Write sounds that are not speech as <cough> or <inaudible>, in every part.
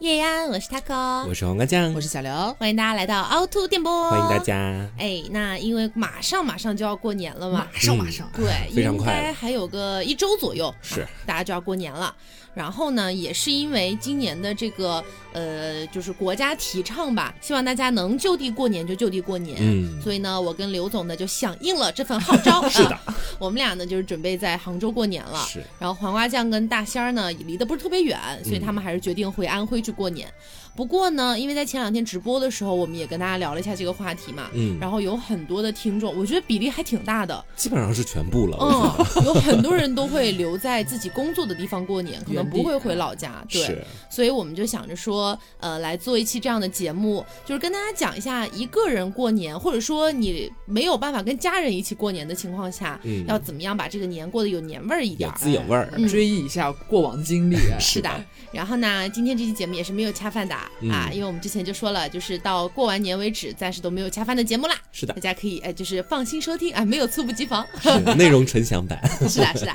夜安，我是 taco，我是黄瓜酱，我是小刘，欢迎大家来到凹凸电波，欢迎大。家。哎，那因为马上马上就要过年了嘛，马上马上，对， <laughs> 非常应快该还有个一周左右，是大家就要过年了。然后呢，也是因为今年的这个呃，就是国家提倡吧，希望大家能就地过年就就地过年。嗯所以呢，我跟刘总呢就响应了这份号 <laughs> 召。是的， <laughs> 我们俩呢就是准备在杭州过年了。是，然后黄瓜酱跟大仙儿呢也离得不是特别远，所以他们还是决定回安徽去过年。不过呢，因为在前两天直播的时候，我们也跟大家聊了一下这个话题嘛。嗯，然后有很多的听众，我觉得比例还挺大 <laughs> 的，基本上是全部了。我觉嗯，有很多人都会留在自己工作的地方过年，可能原地不会回老家。得对，是，所以我们就想着说，呃，来做一期这样的节目，就是跟大家讲一下一个人过年，或者说你没有办法跟家人一起过年的情况下，嗯，要怎么样把这个年过得有年味儿一点有儿。滋有味儿。哎嗯追忆一下过往经历。啊是的，然后呢，今天这期节目也是没有恰饭的、嗯啊，因为我们之前就说了，就是到过完年为止，暂时都没有恰饭的节目 <laughs> 啦，是的大，家可以哎，就是放心收听，哎，没有猝不及 <laughs> 防，是 <laughs> 内容纯享版。是的，是的。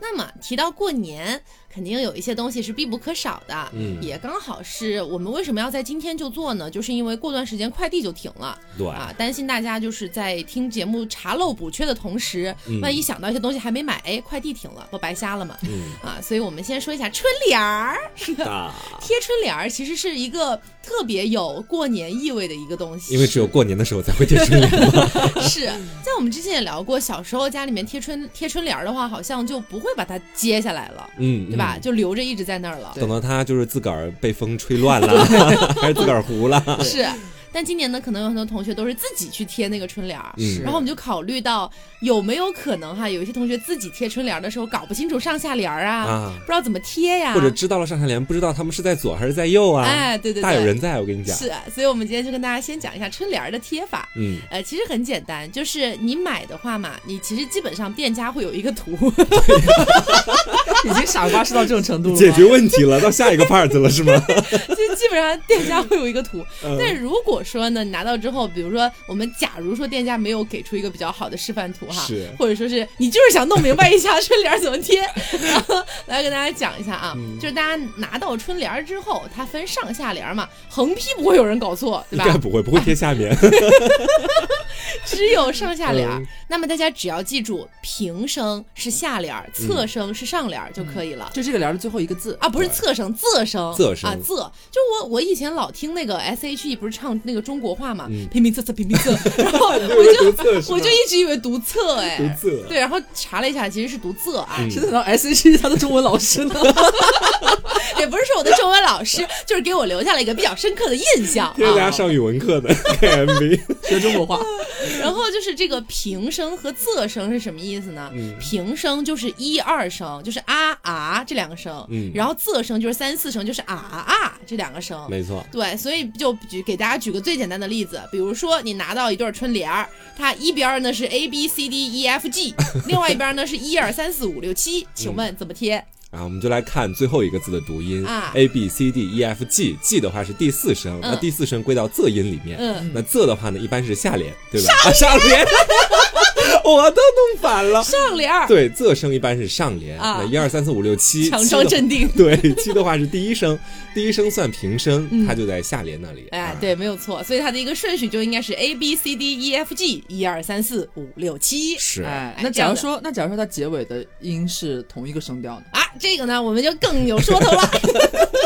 那么提到过年，肯定有一些东西是必不可少的，嗯 <laughs> 也刚好是我们为什么要在今天就做呢？就是因为过段时间快递就停了对，啊，担心大家就是在听节目查漏补缺的同时，嗯万一想到一些东西还没买，哎，快递停了，不白瞎了吗？ <laughs> 嗯，啊，所以我们先说一下春联儿，是的，贴春联儿其实是一个特别有过年意味的一个东西，因为只有过年的时候才会贴春联嘛。 <laughs> 是在我们之前也聊过，小时候家里面贴春贴春联儿的话，好像就不会把它揭下来了，嗯， <laughs> 对吧？嗯？就留着一直在那儿了。等到它就是自个儿被风吹乱 <laughs> 了， <laughs> 还是自个儿糊了。是，但今年呢，可能有很多同学都是自己去贴那个春联儿。嗯然后我们就考虑到有没有可能哈，有一些同学自己贴春联儿的时候搞不清楚上下联儿啊，啊不，知道怎么贴呀，或者知道了上下联，不知道他们是在左还是在右啊？哎，对对对，大有人在，我跟你讲。是，所以我们今天就跟大家先讲一下春联儿的贴法。嗯，呃，其实很简单，就是你买的话嘛，你其实基本上店家会有一个图， <laughs> 已经傻瓜是到这种程度了吗，解决问题了，到下一个 part 了是吗？就基本上店家会有一个图。<laughs> 嗯但如果说呢，你拿到之后，比如说我们假如说店家没有给出一个比较好的示范图哈是，或者说是你就是想弄明白一下春联儿怎么贴， <laughs> 然后来跟大家讲一下啊，嗯就是大家拿到春联儿之后，它分上下联儿嘛，横批不会有人搞错，对应吧？该不会，不会贴下面。只有上下联儿嗯。那么大家只要记住，平声是下联儿，嗯侧声是上联儿就可以了。就这个聊的最后一个字，啊，不是侧声，仄声，仄声啊，仄。就我我以前老听那个 S H E 不是唱那个中国话嘛嗯，平平仄仄平平仄， <laughs> 然后 <laughs> 我读就册是我吗就一直以为读仄哎，读册对，然后查了一下，其实是读仄啊，嗯是等到 S H E 他的中文老师呢？也不是说我的中文老 <laughs> 师，就是给我留下了一个比较深刻的印象贴大啊家。上语文课的 <laughs> 看 MV，学中国话，然后就是这个平声和仄声是什么意思呢？嗯平声就是一二声，就是啊啊这两个声，嗯然后仄声就是三四声，就是啊啊这两个声。没错，对，所以就举给大家举个最简单的例子，比如说你拿到一对儿春联儿，它一边儿呢是 A B C D E F <laughs> G，另外一边儿呢是一二三四五六七，请问怎么贴？啊，我们就来看最后一个字的读音啊，a b c d e f g，g 的话是第四声，那嗯第四声归到仄音里面，嗯，那仄的话呢，一般是下联，对吧？啊， <laughs> 上联，我都弄反了。上联儿，对，仄声一般是上联，啊那一二三四五六七，强七装的镇定。对，七的话是 <laughs> 第一声，第一声算平声，它就在下联那里。嗯哎啊，，对，没有错，所以它的一个顺序就应该是 A B C D E F G 一二三四五六七是，哎哎，那这假样如的说，那假如说它结尾的音是同一个声调呢？啊，这个呢我们就更有说头了。 <laughs>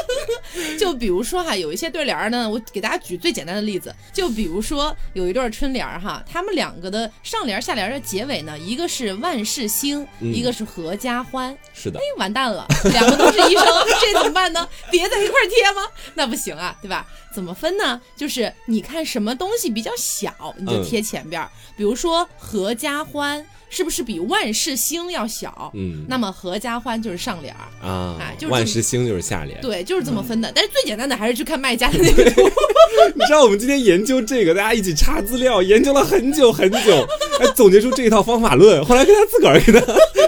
就比如说哈，有一些对联儿呢，我给大家举最简单的例子，就比如说有一对儿春联儿哈，他们两个的上联儿下联儿的结尾呢，一个是万事兴，嗯一个是合家欢。是的，哎，完蛋了，两个都是医生，这怎么办呢？叠在一块儿贴吗？那不行啊，对吧？怎么分呢？就是你看什么东西比较小，你就贴前边儿。比如说合家欢，是不是比万事兴要小？嗯，那么合家欢就是上联儿。啊哎就是这，么万事兴就是下联。对，就是这么嗯分的。但是最简单的还是去看卖家的那个图。你知道我们今天研究这个，大家一起查资料，研究了很久很久，哎总结出这一套方法论。后来跟他自个儿给他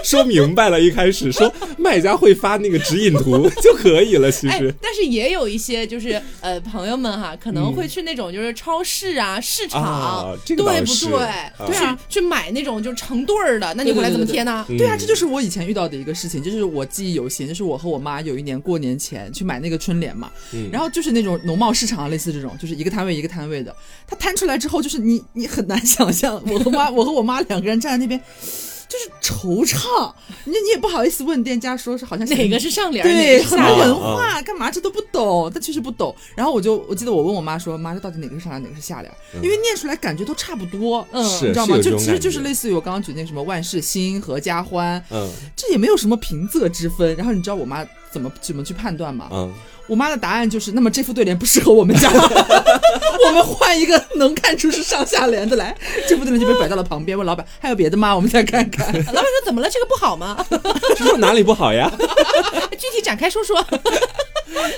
说明白了，一开始说卖家会发那个指引图就可以了，其哎实，但是也有一些就是呃朋友们哈，可能会去那种就是超市啊、市场，嗯啊这个倒对不是对？啊去对啊去买那种就是成对儿的，那你对对回来对怎么对贴呢？嗯对啊，这就是我以前遇到的一个事情，就是我记忆犹新，就是我和我妈有一年过年前去买那个春联嘛，嗯然后就是那种农贸市场啊，类似这种，就是一个摊位一个摊位的，它摊出来之后，就是你你很难 <laughs> 想象，我和妈我和我妈两个人站在那边，就是惆怅，你你也不好意思问店家说是好像是哪个是上联儿？哪对，个是 <laughs> 什下么联儿？文化干嘛这都不懂，但确实不懂。然后我就我记得我问我妈说，妈这到底哪个是上联，哪个是下联？因为念出来感觉都差不多，嗯嗯是你知道有吗？这就种其实感就是觉类似于我刚刚举那个什么万事兴、合家欢，嗯这也没有什么平仄之分。然后你知道我妈怎么怎么去判断吗？嗯，我妈的答案就是，那么这副对联不适合我们家，我们换一个能看出是上下联的来。这副对联就被摆到了旁边，问老板还有别的吗？我们再看 <laughs> 看。老板说怎么了？这个不好吗？ <laughs> 这说哪里不好呀？具体展开说说。 <laughs>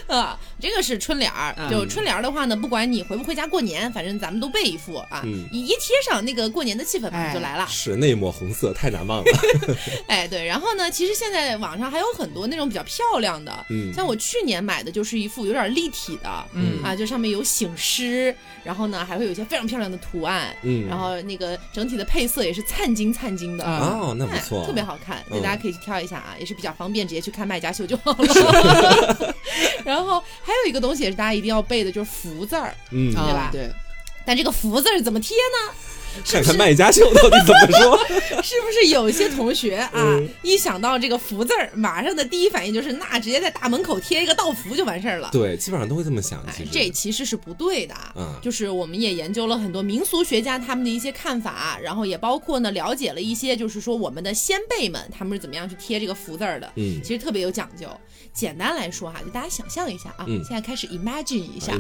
啊，这个是春联儿，嗯就春联儿的话呢，不管你回不回家过年，反正咱们都备一副啊，嗯一一贴上那个过年的气氛嘛哎就来了。是那一抹红色太难忘 <laughs> 了，哎，对，然后呢，其实现在网上还有很多那种比较漂亮的，嗯像我去年买的就是一副有点立体的，嗯啊，就上面有醒狮，然后呢还会有一些非常漂亮的图案，嗯然后那个整体的配色也是灿金灿金的。啊哦，那不哎错，特别好看，所以嗯大家可以去挑一下啊，也是比较方便，直接去看卖家秀就好了。 <laughs> 然后还有一个东西也是大家一定要背的，就是福字儿。嗯，啊吧对，但这个福字儿怎么贴呢？ <laughs> 看看卖家秀到底怎么 <laughs> 说，是不是有些同学啊，嗯一想到这个福字儿，马上的第一反应就是那直接在大门口贴一个道福就完事儿了？对，基本上都会这么想，哎其，这实，其实是不对的啊。嗯就是我们也研究了很多民俗学家他们的一些看法，然后也包括呢了解了一些，就是说我们的先辈们他们是怎么样去贴这个福字儿的。嗯其实特别有讲究。简单来说哈，就大家想象一下啊，嗯哎现在开始 imagine 一下啊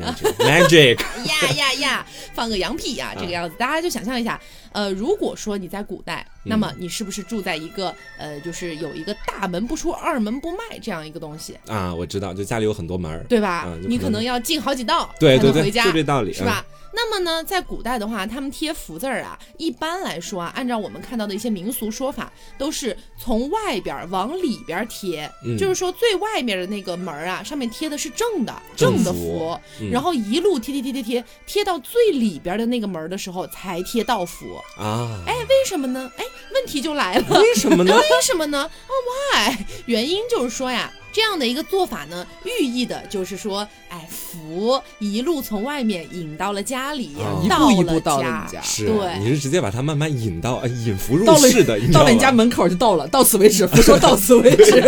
<laughs>imagine magic，呀呀呀，放个羊屁啊呀、这个样子，大家就想象一下，呃，如果说你在古代，那嗯么你是不是住在一个呃，就是有一个大门不出二门不迈这样一个东西，啊，我知道，就家里有很多门儿，对吧？嗯就可能你可能要进好几道对才对能对，回家，就这道理，啊是吧？那么呢，在古代的话，他们贴福字儿啊，一般来说啊，按照我们看到的一些民俗说法，都是从外边儿往里边儿贴，嗯就是说最外面的那个门儿啊，上面贴的是正的正的福福，嗯然后一路贴贴贴贴贴，贴到最里边的那个门儿的时候才贴道福。嗯？啊，哎，为什么呢？哎，问题就来了。为什么 <laughs> 呢？为什么呢？啊、w h y 原因就是说呀，这样的一个做法呢，寓意的就是说，哎，福一路从外面引到了家里，啊一到步一步到了家你。家。是，对你是直接把它慢慢引到呃引福入到了室的，知到道了你家吧。门口就到了，到此为止，不说到此为止。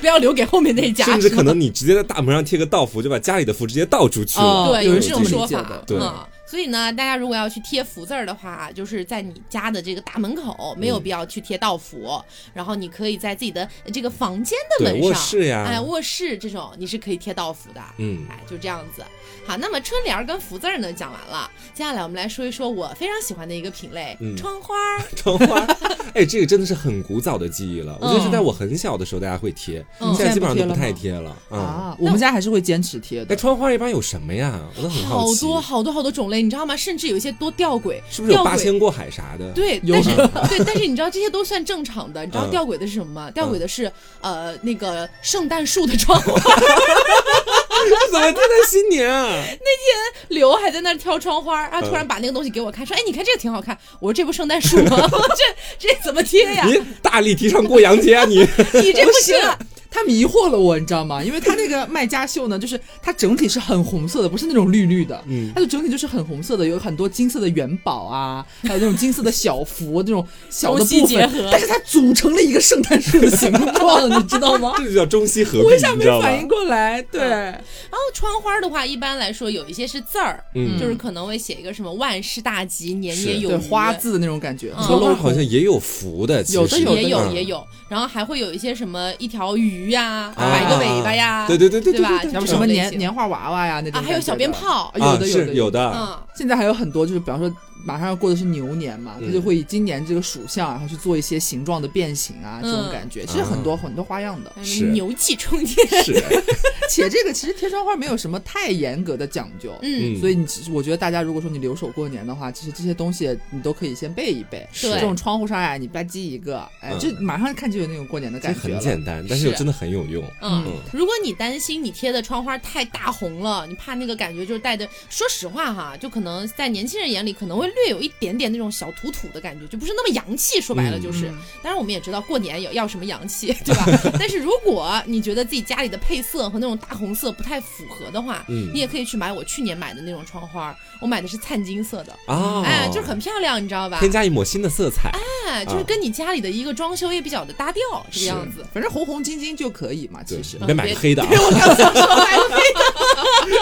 不要留给后面那家，甚至可是吗能你直接在大门上贴个道符，就把家里的符直接倒出去了。哦对有有人这这种么说理解法的，对嗯。所以呢，大家如果要去贴福字儿的话，就是在你家的这个大门口，没有嗯必要去贴道符，然后你可以在自己的呃这个房间的门对上，卧室呀哎，卧室这种你是可以贴道符的，嗯哎，就这样子。好，那么春联儿跟福字儿呢讲完了，接下来我们来说一说我非常喜欢的一个品类——嗯窗花儿。窗花，哎，这个真的是很古早的记忆了。我觉得是在我很小的时候大家会贴，嗯现在基本上都不现在太不贴了啊。 <laughs> 啊，我们家还是会坚持贴哎，的。窗花一般有什么呀？我都 <laughs> 很好奇，多好多好多种类，你知道吗？甚至有一些多吊诡，是不是有吊八诡仙过海啥的？对，有但是可对，但是你知道这些都算正常的。你知道嗯吊诡的是什么吗？吊嗯诡的是呃那个圣诞树的窗花，这 <laughs> 怎么贴在新年啊？刘还在那儿挑窗花，然后突然把那个东西给我看，说：“哎，你看这个挺好看。”我说：“这不圣诞树吗？这这怎么贴呀？你大力提倡过洋节啊你！你这不行啊！他迷惑了我，你知道吗？因为他那个卖家秀呢，就是它整体是很红色的，不是那种绿绿的，嗯它就整体就是很红色的，有很多金色的元宝啊， <laughs> 还有那种金色的小福，这种小的中西部结分合，但是它组成了一个圣诞树的形状，你知 <laughs> 道吗？这就叫中西合我璧，一下你没知道吗反？应过来，对，然后窗花的话，一般来说有一些是字儿，嗯就是可能会写一个什么“万事大吉，年是年有对余”花字的那种感觉，嗯窗花好像也有福的，其有实的有的也有嗯也有，然后还会有一些什么一条鱼呀，啊摆个尾巴呀，对对对对对吧？要不这什种么类年型年画娃娃呀那啊，种感觉的，还有小鞭炮，有啊的是有有的。的，嗯。现在还有很多，就是比方说马上要过的是牛年嘛，嗯他就会以今年这个属相，然后去做一些形状的变形啊，这种嗯感觉，其实很多很多花样的。还是有牛气冲天， <laughs> <laughs> 是，且这个其实贴窗花没有什么太严格的讲究，嗯，嗯，所以你其实我觉得大家如果说你留守过年的话，其实这些东西你都可以先备一备。是对这种窗户上呀，你吧唧一个，哎，嗯就马上看就有那种过年的这感觉很了。简单，但是又是真的很有用。嗯嗯，如果你担心你贴的窗花太大红了，你怕那个感觉就是带的，说实话哈，就可能在年轻人眼里可能会略有一点点那种小土土的感觉，就不是那么洋气。说白了就是，嗯当然我们也知道过年要要什么洋气，对吧？ <laughs> 但是如果你觉得自己家里的配色和那种大红色不太符合的话，嗯你也可以去买我去年买的那种窗花，我买的是灿金色的，啊，哎，就是很漂亮，你知道吧？添加一抹新的色彩。哎，就是啊跟你家里的一个装修也比较的搭调，这个样子。 <laughs> 反正红红金金就可以嘛，其实你。别买个黑的啊， <laughs>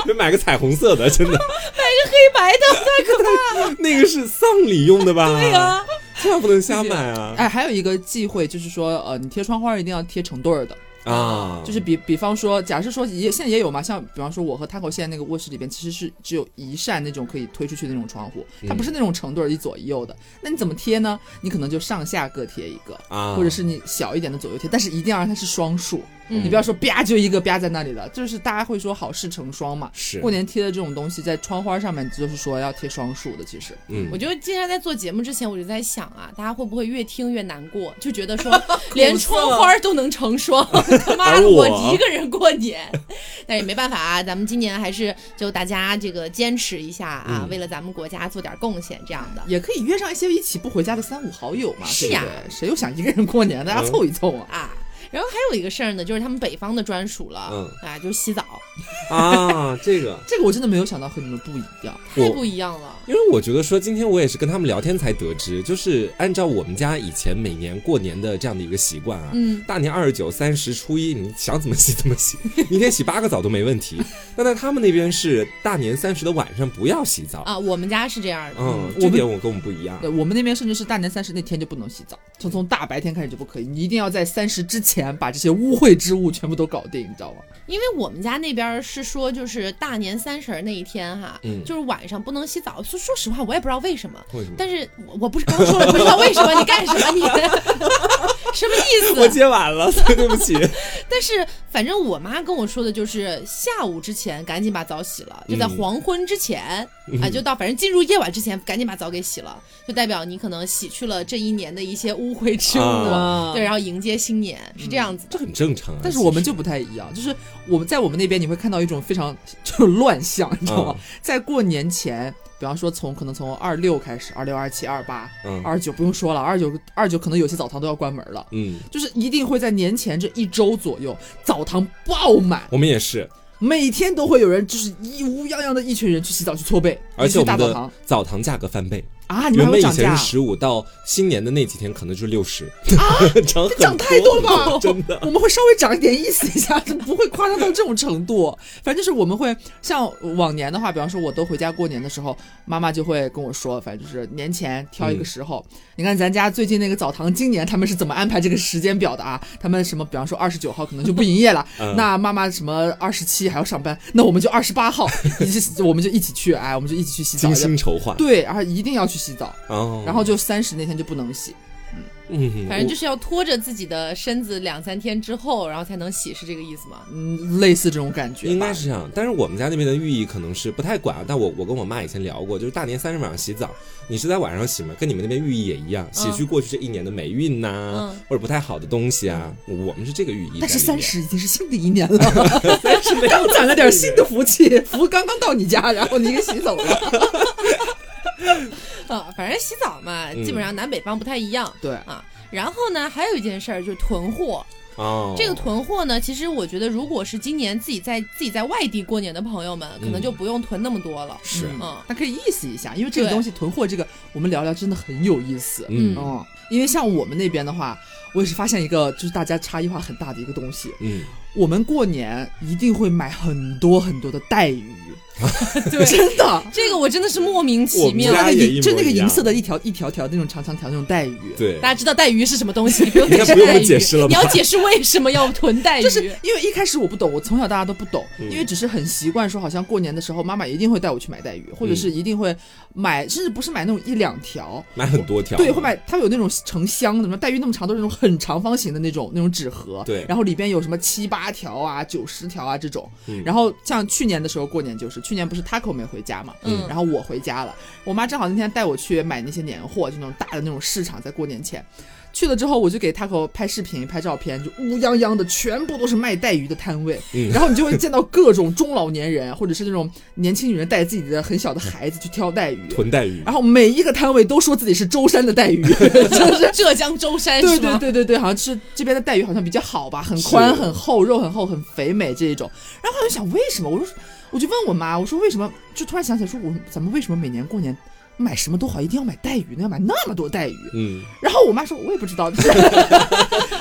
别买个彩虹色的， <laughs> 真的，黑白的，那个是丧礼用的吧？对对呀、，啊，千万不能瞎买啊！哎，还有一个忌讳就是说，呃，你贴窗花一定要贴成对儿的，啊，哎就是比比方说，假设说也现在也有嘛，像比方说我和 Taco 现在那个卧室里边其实是只有一扇那种可以推出去的那种窗户，它嗯不是那种成对儿一左一右的，那你怎么贴呢？你可能就上下各贴一个，啊，或者是你小一点的左右贴，但是一定要让它是双数，嗯你不要说啪就一个啪在那里了，就是大家会说好事成双嘛。是过，年贴的这种东西，在窗花上面就是说要贴双数的，其实嗯 <laughs> 我，就经常在做节目之前，我就在想啊，大家会不会越听越难过，就觉得 <laughs> 说连窗花都能成 <laughs> 双，他妈而的我一个人过年， <laughs> 但也没办法啊，咱们今年还是就大家这个坚持一下啊，嗯为了咱们国家做点贡献这样的。也可以约上一些一起不回家的三五好友嘛，是对不呀对？谁又想一个人过年，大家嗯凑一凑啊。啊。然后还有一个事儿呢，就是他们北方的专属了，嗯啊，就是洗澡，啊，这个这个我真的没有想到和你们不一样，太我不。一样了。因为我觉得说，今天我也是跟他们聊天才得知，就是按照我们家以前每年过年的这样的一个习惯啊，嗯，大年二十九、三十、初一，你想怎么洗怎么洗， <laughs> 一天洗八个澡都没问题。但在他们那边是大年三十的晚上不要洗澡，啊，我们家是这样的，嗯，这我们点我跟我们不一样。对呃我们那边甚至是大年三十那天就不能洗澡，就从大白天开始就不可以，你一定要在三十之前把这些污秽之物全部都搞定，你知道吗？因为我们家那边儿是说，就是大年三十儿那一天哈，嗯就是晚上不能洗澡。说说实话，我也不知道为什么，为什么？但是我我不是刚说了不知道为什么，你干什么你？ <laughs> 什么意我思？接晚 <laughs> 了，所以对不起。但是反正我妈跟我说的就是下午之前赶紧把澡洗了，就在嗯黄昏之前、啊，就到反正进入夜晚之前赶紧把澡给洗了，就代表你可能洗去了这一年的一些污秽之物，啊嗯对，然后迎接新年是这样子的。这很正常啊。但是我们就其实不太一样，就是我们在我们那边你会看到一种非常就是 <laughs> 乱象，你知道吗？嗯在过年前，比方说从可能从二六开始，二六、二七、二八、嗯二九不用说了，二九二九可能有些澡堂都要关门了，嗯，就是一定会在年前这一周左右，澡堂爆满，我们也是，每天都会有人就是一乌泱泱的一群人去洗澡去搓背，而且一我去大们澡堂的澡堂价格翻倍，啊，你原们本还有以涨前价是？十五，到新年的那几天可能就是六十， <laughs> 涨很啊涨太多了 <laughs> 真的。我们会稍微长一点意思一下，就不会夸张到这种程度。反正就是我们会像往年的话，比方说我都回家过年的时候，妈妈就会跟我说，反正就是年前挑一嗯个时候。你看咱家最近那个澡堂，今年他们是怎么安排这个时间表的啊？他们什么，比方说二十九号可能就不营业了， <laughs> 嗯那妈妈什么二十七还要上班，那我们就二十八号，一起我们就一起去，哎，我们就一起去洗澡精。心筹划，对，然后一定要去洗澡，哦，然后就三十那天就不能洗。嗯，反正就是要拖着自己的身子两三天之后，然后才能洗，是这个意思吗？嗯，类似这种感觉吧，应该是这样，但是我们家那边的寓意可能是不太管啊。但我我跟我妈以前聊过，就是大年三十晚上洗澡，你是在晚上洗吗？跟你们那边寓意也一样，洗去过去这一年的霉运呐、嗯或者不太好的东西啊。我们是这个寓意在里面。但是三十已经是新的一年了， <laughs> 三十没有刚攒了点新的福气，福刚刚到你家，然后你给洗走了。啊，反正洗澡嘛，嗯基本上南北方不太一样。对啊，然后呢，还有一件事儿就是囤货。哦，这个囤货呢，其实我觉得，如果是今年自己在自己在外地过年的朋友们，可能就不用囤那么多了。嗯是嗯啊 <laughs> 那可以意思一下，因为这个对东西囤货这个，我们聊聊真的很有意思。嗯嗯嗯，因为像我们那边的话，我也是发现一个就是大家差异化很大的一个东西，嗯我们过年一定会买很多很多的带鱼，对，真的。这个我真的是莫名其我妙们。那家个也一银，就模那个一银样色的一条一条条那种长长条那种带鱼，对大，家知道带鱼是什么东 <laughs> 西，不用应该解释不用我带鱼解释了吧你要解释为什么要囤 <laughs> 带鱼，就是因为一开始我不懂，我从小到大都不懂，嗯因为只是很习惯说，好像过年的时候妈妈一定会带我去买带鱼，或者是一定会买，甚至不是买那种一两条，买很多条，对，会买，它有那种成箱的，什么带鱼那么长，都是那种很长方形的那种那种纸盒，对然后里边有什么七八条啊、九十条啊这种嗯。然后像去年的时候过年就是，去年不是 Taco 没回家嘛，嗯然后我回家了，我妈正好那天带我去买那些年货，就那种大的那种市场，在过年前。去了之后，我就给 Taco 拍视频、拍照片，就乌泱泱的，全部都是卖带鱼的摊位。嗯然后你就会见到各种中老年人，或者是那种年轻女人带自己的很小的孩子去挑 <laughs> 带鱼。囤带鱼，然后每一个摊位都说自己是舟山的带鱼，就 <laughs> 是浙江舟山对是对吗？对对对，好像是这边的带鱼好像比较好吧，很宽、是很厚、肉很厚、很肥美这一种。然后我就想为什么？我说我就问我妈，我说为什么？就突然想起来说，我咱们为什么每年过年买什么都好，一定要买带鱼呢？要买那么多带鱼？嗯，然后我妈说，我也不知道， <laughs> 就是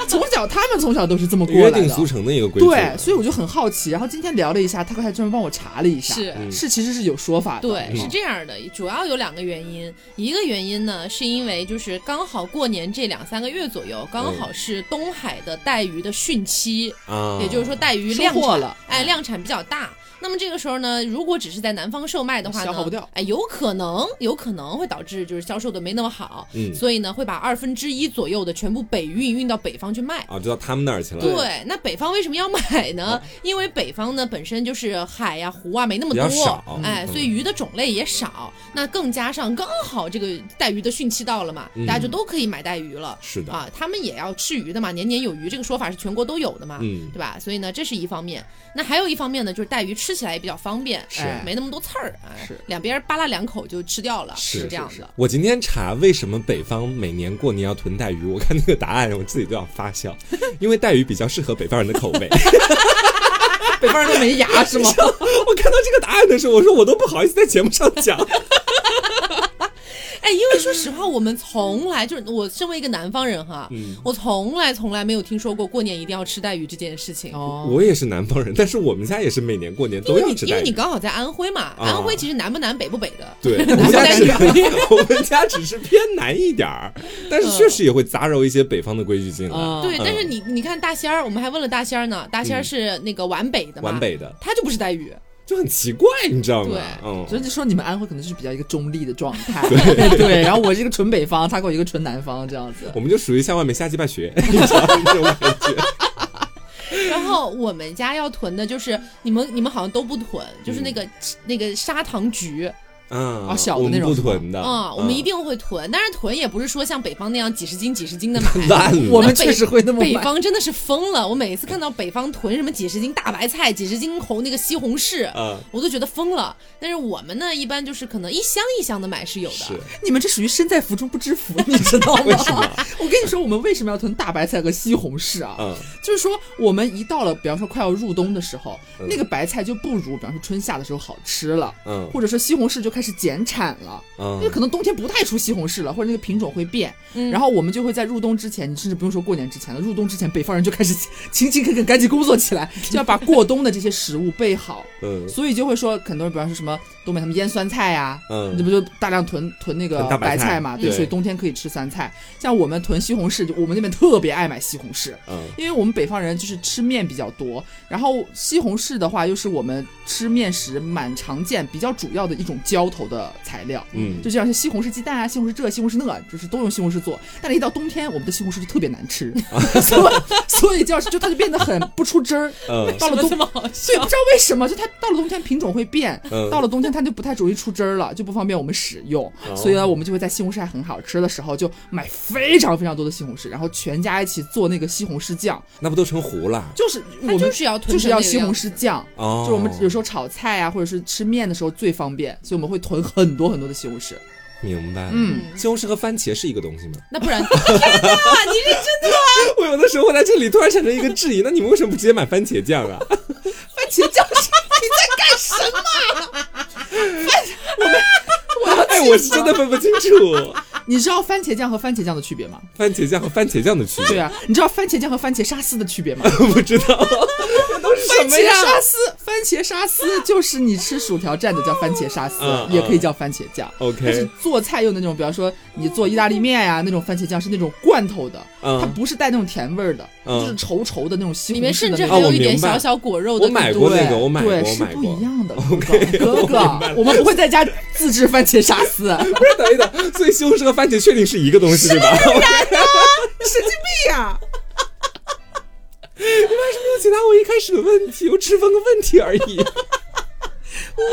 从小他们从小都是这么过来约的定。俗成的一个规矩，对，所以我就很好奇。然后今天聊了一下，他还专门帮我查了一下，是。嗯是其实是有说法的，对，嗯是这样的，主要有两个原因。一个原因呢，是因为就是刚好过年这两三个月左右，刚嗯好是东海的带鱼的汛期，啊，也就是说带鱼嗯收量获嗯产了哎，量产比较大。那么这个时候呢，如果只是在南方售卖的话呢，消耗不掉哎，有可能有可能会导致就是销售的没那么好，嗯所以呢会把二分之一左右的全部北运运到北方去卖。啊，就到他们那儿去了，对，那北方为什么要买呢？因为北方呢本身就是海呀、湖啊没那么比多较，少哎，嗯所以鱼的种类也少。那更加上刚好这个带鱼的汛期到了嘛，嗯大家就都可以买带鱼了。是的，啊，他们也要吃鱼的嘛，年年有余这个说法是全国都有的嘛，嗯对吧？所以呢，这是一方面。那还有一方面呢，就是带鱼吃起来也比较方便，是哎没那么多刺儿，哎是两边扒拉两口就吃掉了，是 <laughs> 这样的。我今天查为什么北方每年过年要囤带鱼，我看那个答案我自己都要发笑， <laughs> 因为带鱼比较适合北方人的口味。 <laughs> 北方人都没牙是吗？我看到这个答案的时候，我说我都不好意思在节目上讲。哦哎，因为说实话，我们从来就是我身为一个南方人哈，嗯我从来从来没有听说过过年一定要吃带鱼这件事情。哦，我也是南方人，但是我们家也是每年过年因都为要你吃因带为你鱼。啊刚好在安徽嘛，安徽其实南不南北不北的， <laughs> 对，我南们不家南只北不北。我们家只是 <laughs> 偏南一点儿，但是确实也会杂糅一些北方的规矩进来。嗯对，嗯但是你你看大仙儿，我们还问了大仙儿呢，大仙儿是那个皖北的嘛，皖北的他就不是带鱼，就很奇怪，你知道吗对？嗯，所以就说你们安徽可能就是比较一个中立的状态， <laughs> 对然后我是一个纯北方，他跟我一个纯南方这样子。我们就属于向外面瞎鸡巴学， <laughs> 你知道吗这种感觉。然后我们家要囤的就是你们你们好像都不囤，就是那个、那个砂糖橘嗯，哦啊小的我们那种不是吗囤的嗯啊、我们一定会囤，但是囤也不是说像北方那样几十斤几十斤 <laughs> 的买。烂了。我们确实会那么北买，方真的是疯了，我每次看到北方囤什么几十斤大白菜、几十斤红那个西红柿，啊，我都觉得疯了。但是我们呢，一般就是可能一箱一箱的买是有 <laughs> 是的，你们这属于身在福中不知福，你知道为什吗么？ <laughs> 我跟你说，我们为什么要囤大白菜和西红柿啊？嗯，就是说，我们一到了，比方说快要入冬的时候，那个白菜就不如比方说春夏的时候好吃了，嗯或者说西红柿就开始减产了。因为嗯可能冬天不太出西红柿了，或者那个品种会变，嗯然后我们就会在入冬之前，你甚至不用说过年之前了，入冬之前北方人就开始勤勤恳恳赶紧工作起来，就要把过冬的这些食物备好，嗯所以就会说很多人，比方说什么东北他们腌酸菜呀、嗯这不就大量囤囤那个囤大白菜菜嘛，对，对所以冬天可以吃酸菜。像我们囤西红柿，就我们那边特别爱买西红柿，嗯，因为我们北方人就是吃面比较多，然后西红柿的话又是我们吃面食蛮常见、比较主要的一种浇头的材料。嗯就这样，像西红柿鸡蛋啊、西红柿这、西红柿那，就是都用西红柿做。但是一到冬天，我们的西红柿就特别难吃，所以所以就是就它就变得很不出汁儿。嗯到了冬这么好笑所以不知道为什么，就它到了冬天品种会变，嗯到了冬天它就不太容易出汁儿了，就不方便我们使用。哦所以呢，我们就会在西红柿还很好吃的时候，就买非常非常多的西红柿，然后全家一起做那个西红柿酱，那不都成糊了？就是他我们就是要囤就是成要那个西红样柿酱。哦，就是我们有时候炒菜啊，或者是吃面的时候最方便，所以我们会囤很多很多的西红柿。明白。嗯，西红柿和番茄是一个东西吗？ <laughs> 那不然， <laughs> 天哪，你这真我有的时候会在这里突然产生一个质疑，那你们为什么不直接买番茄酱 <laughs> 啊？番茄酱是 <laughs> 你在干什么？哎，我是真的分不清楚。么？你知道番茄酱和番茄酱的区别吗？番茄酱和番茄酱的区别，<laughs> 对啊，你知道番茄酱和番茄沙司的区别吗？不知道， <laughs> 都是番茄沙司，番茄 <laughs> 沙司就是你吃薯条蘸的叫番茄沙司嗯，嗯也可以叫番茄酱。但是 OK，做菜用的那种，比方说你做意大利面呀、那种番茄酱是那种罐头的，嗯它不是带那种甜味儿的，嗯就是稠稠的那种西里红面柿甚的至那哦还种。有我一点明白小小果肉的哎那我买种过那个，我买过，对，我是买不过一。<laughs> 样的。哥哥，我们不会在家自制番茄沙 <laughs> 司，不是，等一等，所以西红柿和番茄确定是一个东西， <laughs> 对吧？啊 <laughs> 神经病啊 <laughs> 呀！没有解答我一开始的问题，我只问个问题而已，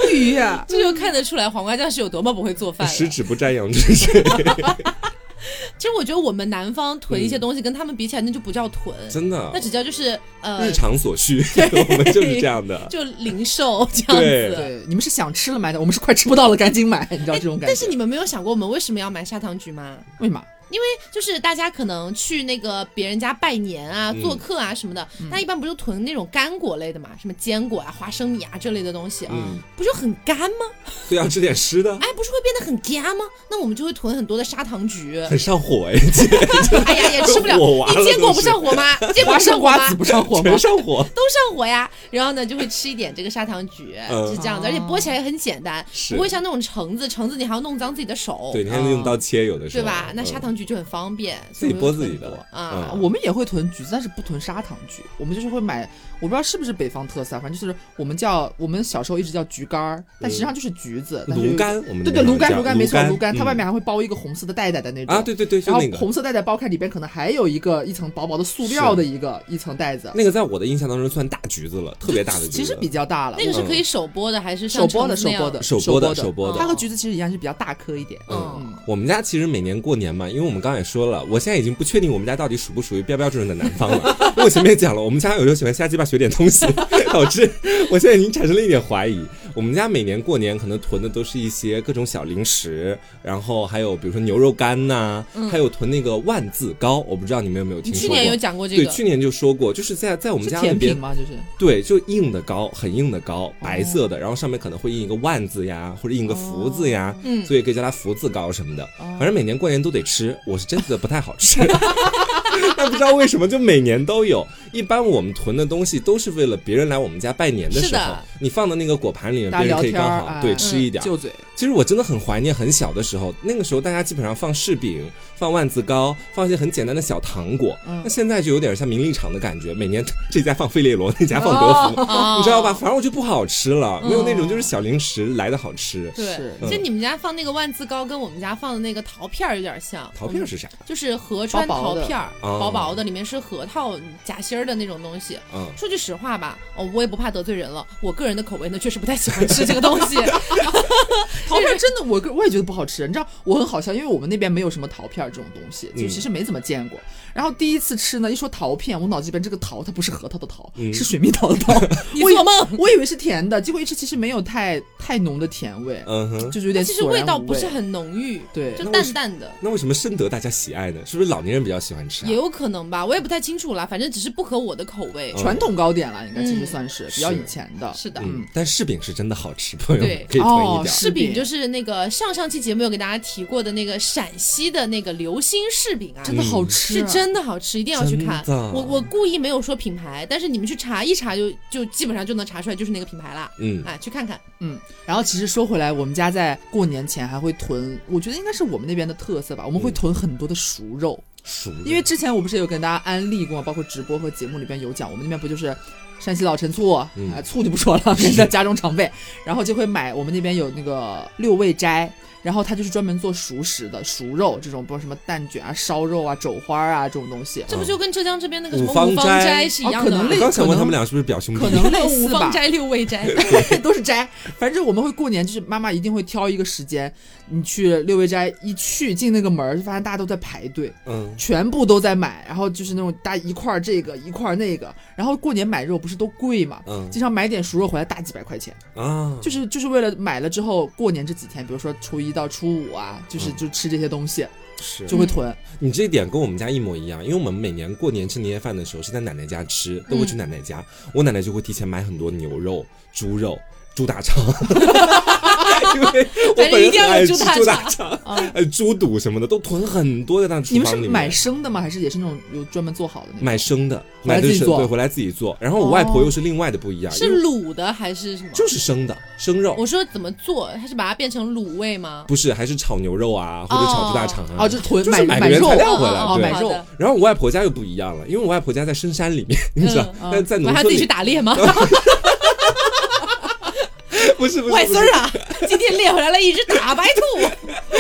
无语呀！这就看得出来黄瓜酱是有多么不会做饭了。十指不沾阳春水，其实我觉得我们南方囤嗯一些东西，跟他们比起来，那就不叫囤，真的啊那，只叫就是呃日，常所需，我们就是这样 <laughs> 的。就零售这样子。对，你们是想吃了买的，我们是快吃不到了赶紧买，你知道这种感觉。但是你们没有想过我们为什么要买砂糖橘吗？为嘛？因为就是大家可能去那个别人家拜年啊、嗯做客啊什么的，那、一般不就囤那种干果类的嘛，什么坚果啊、花生米啊这类的东西，嗯，不就很干吗？所以啊要吃点湿的， <laughs> 哎，不是会变得很干吗？那我们就会囤很多的砂糖 <laughs> 橘。很上火哎，姐哎呀，也吃不了火完。了你坚果不都是上火 <laughs> 吗？坚果不上花生火瓜吗子？不上火吗全？上火。都上火呀，然后呢就会吃一点这个砂糖橘，嗯是这样子，而且剥起来也很简单，是不会像那种橙子，橙子你还要弄脏自己的手， <laughs> 对，你还能用刀切，有的时对候，吧？那嗯砂糖橘就很方便，自己剥自所以我己的就很多啊。嗯我们也会囤橘子，但是不囤砂糖橘，我们就是会买，我不知道是不是北方特色啊，反正就是我们叫我们小时候一直叫橘干儿，但实际上就是橘子，但是芦。柑，我们对对，嗯那芦边好柑，像芦叫柑没错，芦柑，柑，它外嗯面还会包一个红色的袋袋的那种啊，对对对，就然后那个。红色袋袋剥开，里边可能还有一个一层薄薄的塑料是的一个一层袋子，那个在我的印象当中算大橘子了，特别大的橘子。其实比较大了那。个嗯是可以手剥的，还是像手剥的，橙子那手样剥的，手剥剥的，的手剥的它和橘子其实一样，是比较大颗一点。嗯嗯，我们家其实每年过年嘛，因为我们刚才也说了，我现在已经不确定我们家到底属不属于标标准准的南方了。 <laughs> 因为我前面也讲了，我们家有时候喜欢瞎鸡巴学点东西， <laughs> 导致我现在已经产生了一点怀疑。我们家每年过年可能囤的都是一些各种小零食，然后还有比如说牛肉干呐、还有囤那个万字糕，我不知道你们有没有听你说去过。年有讲过这对，个，去年就说过，就是在在我们是家那甜边品，吗？就是对，就硬的糕，很硬的糕，白色的，然后上面可能会印一个万字呀，或者印个福字呀，嗯所以可以叫它福字糕什么的。哦反正每年过年都得吃，我是真觉得不太好吃。 <laughs> 但不知道为什么，就每年都有。一般我们囤的东西都是为了别人来我们家拜年的是时的候，你放到那个果盘里面，大家别人聊可以天刚儿好哎对吃一点。就嘴，其实我真的很怀念很小的时候，那个时候大家基本上放柿饼、放万字糕、放一些很简单的小糖果。嗯那现在就有点像名利场的感觉，每年 <laughs> 这家放费列罗，那家放德芙，哦 <laughs> 你知道吧？？反正我就不好吃了，没有那哦种就是小零食来的好吃。对是，嗯就你们家放那个万字糕，跟我们家放的那个桃片儿有点像。桃片是啥？就是合川薄薄桃的片儿，哦薄薄的，里面是核桃夹心儿的那种东西。嗯，说句实话吧，哦，我也不怕得罪人了。我个人的口味呢，确实不太喜欢吃这个东西。 <laughs> <laughs> 桃片儿真的，我个我也觉得不好吃。你知道我很好笑，因为我们那边没有什么桃片儿这种东西，就嗯其实没怎么见过。然后第一次吃呢，一说桃片，我脑子里边这个桃它不是核桃的桃，嗯是水蜜桃的桃。 <laughs> 你我以做梦！我以为是甜的，结果一吃其实没有太太浓的甜味，嗯哼。就是有点其实索然味道无不是很浓郁，对就那为淡什淡的，那为什么深得大家喜爱呢？是不是老年人比较喜欢吃、啊也？有可能吧，我也不太清楚啦。反正只是不合我的口味。嗯传统糕点了，应该其实嗯算是比是较以前的。是的，嗯，但柿饼是真的好吃，朋友们对可以囤一哦点。是柿饼柿饼就是那个上上期节目有给大家提过的那个陕西的那个流心柿饼啊，真的好吃，是真的好吃，一定要去看。真的啊我我故意没有说品牌，但是你们去查一查就就基本上就能查出来就是那个品牌啦。嗯，哎，去看看，嗯，然后其实说回来，我们家在过年前还会囤，我觉得应该是我们那边的特色吧，我们会嗯囤很多的熟肉，熟的因为之前我不是有跟大家安利过，包括直播和节目里边有讲，我们那边不就是山西老陈醋啊、嗯醋就不说了，人家家中常备，然后就会买我们那边有那个六味斋。然后它就是专门做熟食的熟肉，这种不是什么蛋卷啊、烧肉啊、肘花啊这种 <laughs> 东西，这不就跟浙江这边那个什么五芳五芳斋斋是一哦样可的吗能？类我刚想可问能他们俩是不是表兄弟？可能类五似吧芳。斋、六味 <laughs> 斋，都是斋，反正我们会过年，就是妈妈一定会挑一个时间，你去六味斋一去进那个门儿，就发现大家都在排队，嗯，全部都在买，然后就是那种大家一块儿这个一块儿那个，然后过年买肉不是都贵嘛，嗯经常买点熟肉回来大几百块钱，啊，就是就是为了买了之后过年这几天，比如说初一到初五啊，就是嗯就吃这些东西是就会囤，你这一点跟我们家一模一样，因为我们每年过年吃年夜饭的时候是在奶奶家吃，都会去奶奶家，我奶奶就会提前买很多牛肉、猪肉、猪大肠，因为我反正本一人定要有很爱猪吃大猪大肠肠啊，呃，猪肚什么的都囤很多在那厨你们房是里面。买生的吗？还是也是那种有专门做好的那种？买生的，回买来的自己是做对，回来自己做。然后我外婆又是另外的不一样，因为哦是卤的还是什么？就是生的生肉，我说怎么做？它是把它变成卤味吗？不是还是炒牛肉啊，或者炒猪大肠啊。哦，就囤就是买买个原肉材料回来哦哦对买肉好的然后我外婆家又不一样了，因为我外婆家在深山里面， <laughs> 你知道，嗯嗯但在我农还要自村己去里打猎吗？ <laughs> 不是不 <laughs> 是外不孙是儿啊，今天猎回来了一只大白 <laughs> 兔，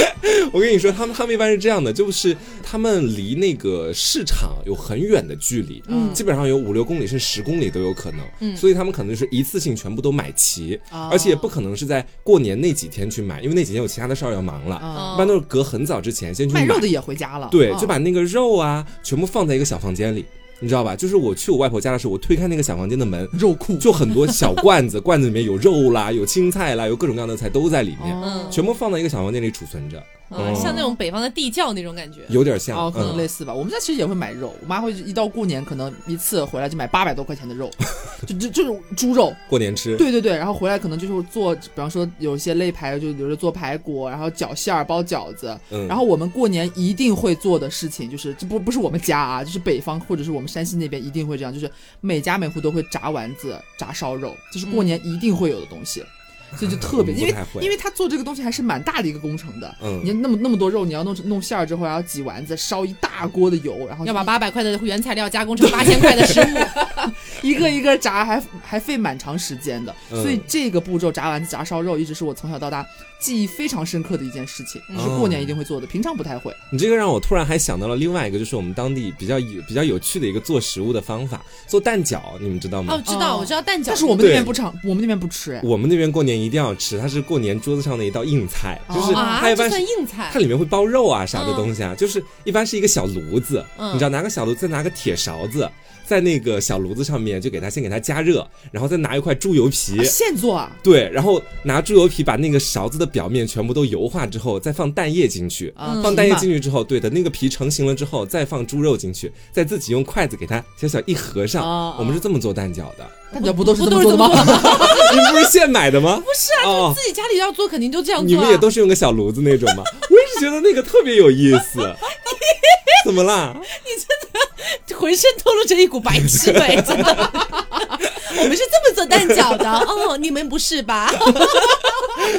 我跟你说，他们他们一般是这样的，就是他们离那个市场有很远的距离，嗯基本上有五六公里甚至十公里都有可能，嗯所以他们可能就是一次性全部都买齐，哦而且也不可能是在过年那几天去买，因为那几天有其他的事儿要忙了，嗯哦啊，一般都是隔很早之前先去卖买，肉的也回家了，对，嗯就把那个肉啊全部放在一个小房间里，你知道吧？就是我去我外婆家的时候，我推开那个小房间的门，肉库就很多小罐 <laughs> 子，罐子里面有肉啦，有青菜啦，有各种各样的菜都在里哦面，嗯全部放在一个小房间里储存着，啊，嗯像那种北方的地窖那种感觉。有点像，哦，可能嗯类似吧。我们家其实也会买肉，我妈会一到过年，可能一次回来就买八百多块钱 <laughs> 的肉，就就就是猪肉。过年吃。对对对，然后回来可能就是做，比方说有一些肋排就留着做排骨，然后饺馅儿包饺子。嗯然后我们过年一定会做的事情就是，这不不是我们家啊，就是北方或者是我们山西那边一定会这样，就是每家每户都会炸丸子、炸烧肉，就是过年一定会有的东西。所以就 <laughs> 特别，嗯我们不因为太会因为他做这个东西还是蛮大的一个工程的，嗯你那么那么多肉，你要弄弄馅儿之后，还要挤丸子，烧一大锅的油，然后要把八百块的原材料加工成八千块的食物，一个一个炸还，还费蛮长时间的。嗯所以这个步骤炸丸子、炸烧肉，一直是我从小到大记忆非常深刻的一件事情，嗯就是过年一定会做的，平常不太会。你这个让我突然还想到了另外一个，就是我们当地比较有比较有趣的一个做食物的方法，做蛋饺，你们知道吗？哦，知道，哦我知道蛋饺，但是我们那边对不常，我们那边不吃，哎，我们那边过年一定要吃，它是过年桌子上的一道硬菜，就是哦啊，它一这般算是。硬菜它，里面会包肉啊啥的东西啊，就是一般是一个小炉子，嗯你知道拿个小炉子，再拿个铁勺子，在那个小炉子上面就给它先给它加热，然后再拿一块猪油皮，啊现做啊。对，然后拿猪油皮把那个勺子的表面全部都油化之后，再放蛋液进去，啊嗯放蛋液进去之后，对的，那个皮成型了之后，再放猪肉进去，再自己用筷子给它小小一合上。哦我们是这么做蛋饺的， <laughs> 大家不都是不这都么是这做的么吗做？的吗？ <laughs> 你们不是现买的吗？不是啊，哦自己家里要做肯定就这样你做啊。们也都是用个小炉子那种吗？ <laughs> 我也是觉得那个特别有意 <laughs> 思。怎么啦？浑身透露着一股白痴味， <laughs> 真的。我们是这么做蛋饺的，哦，你们不是吧？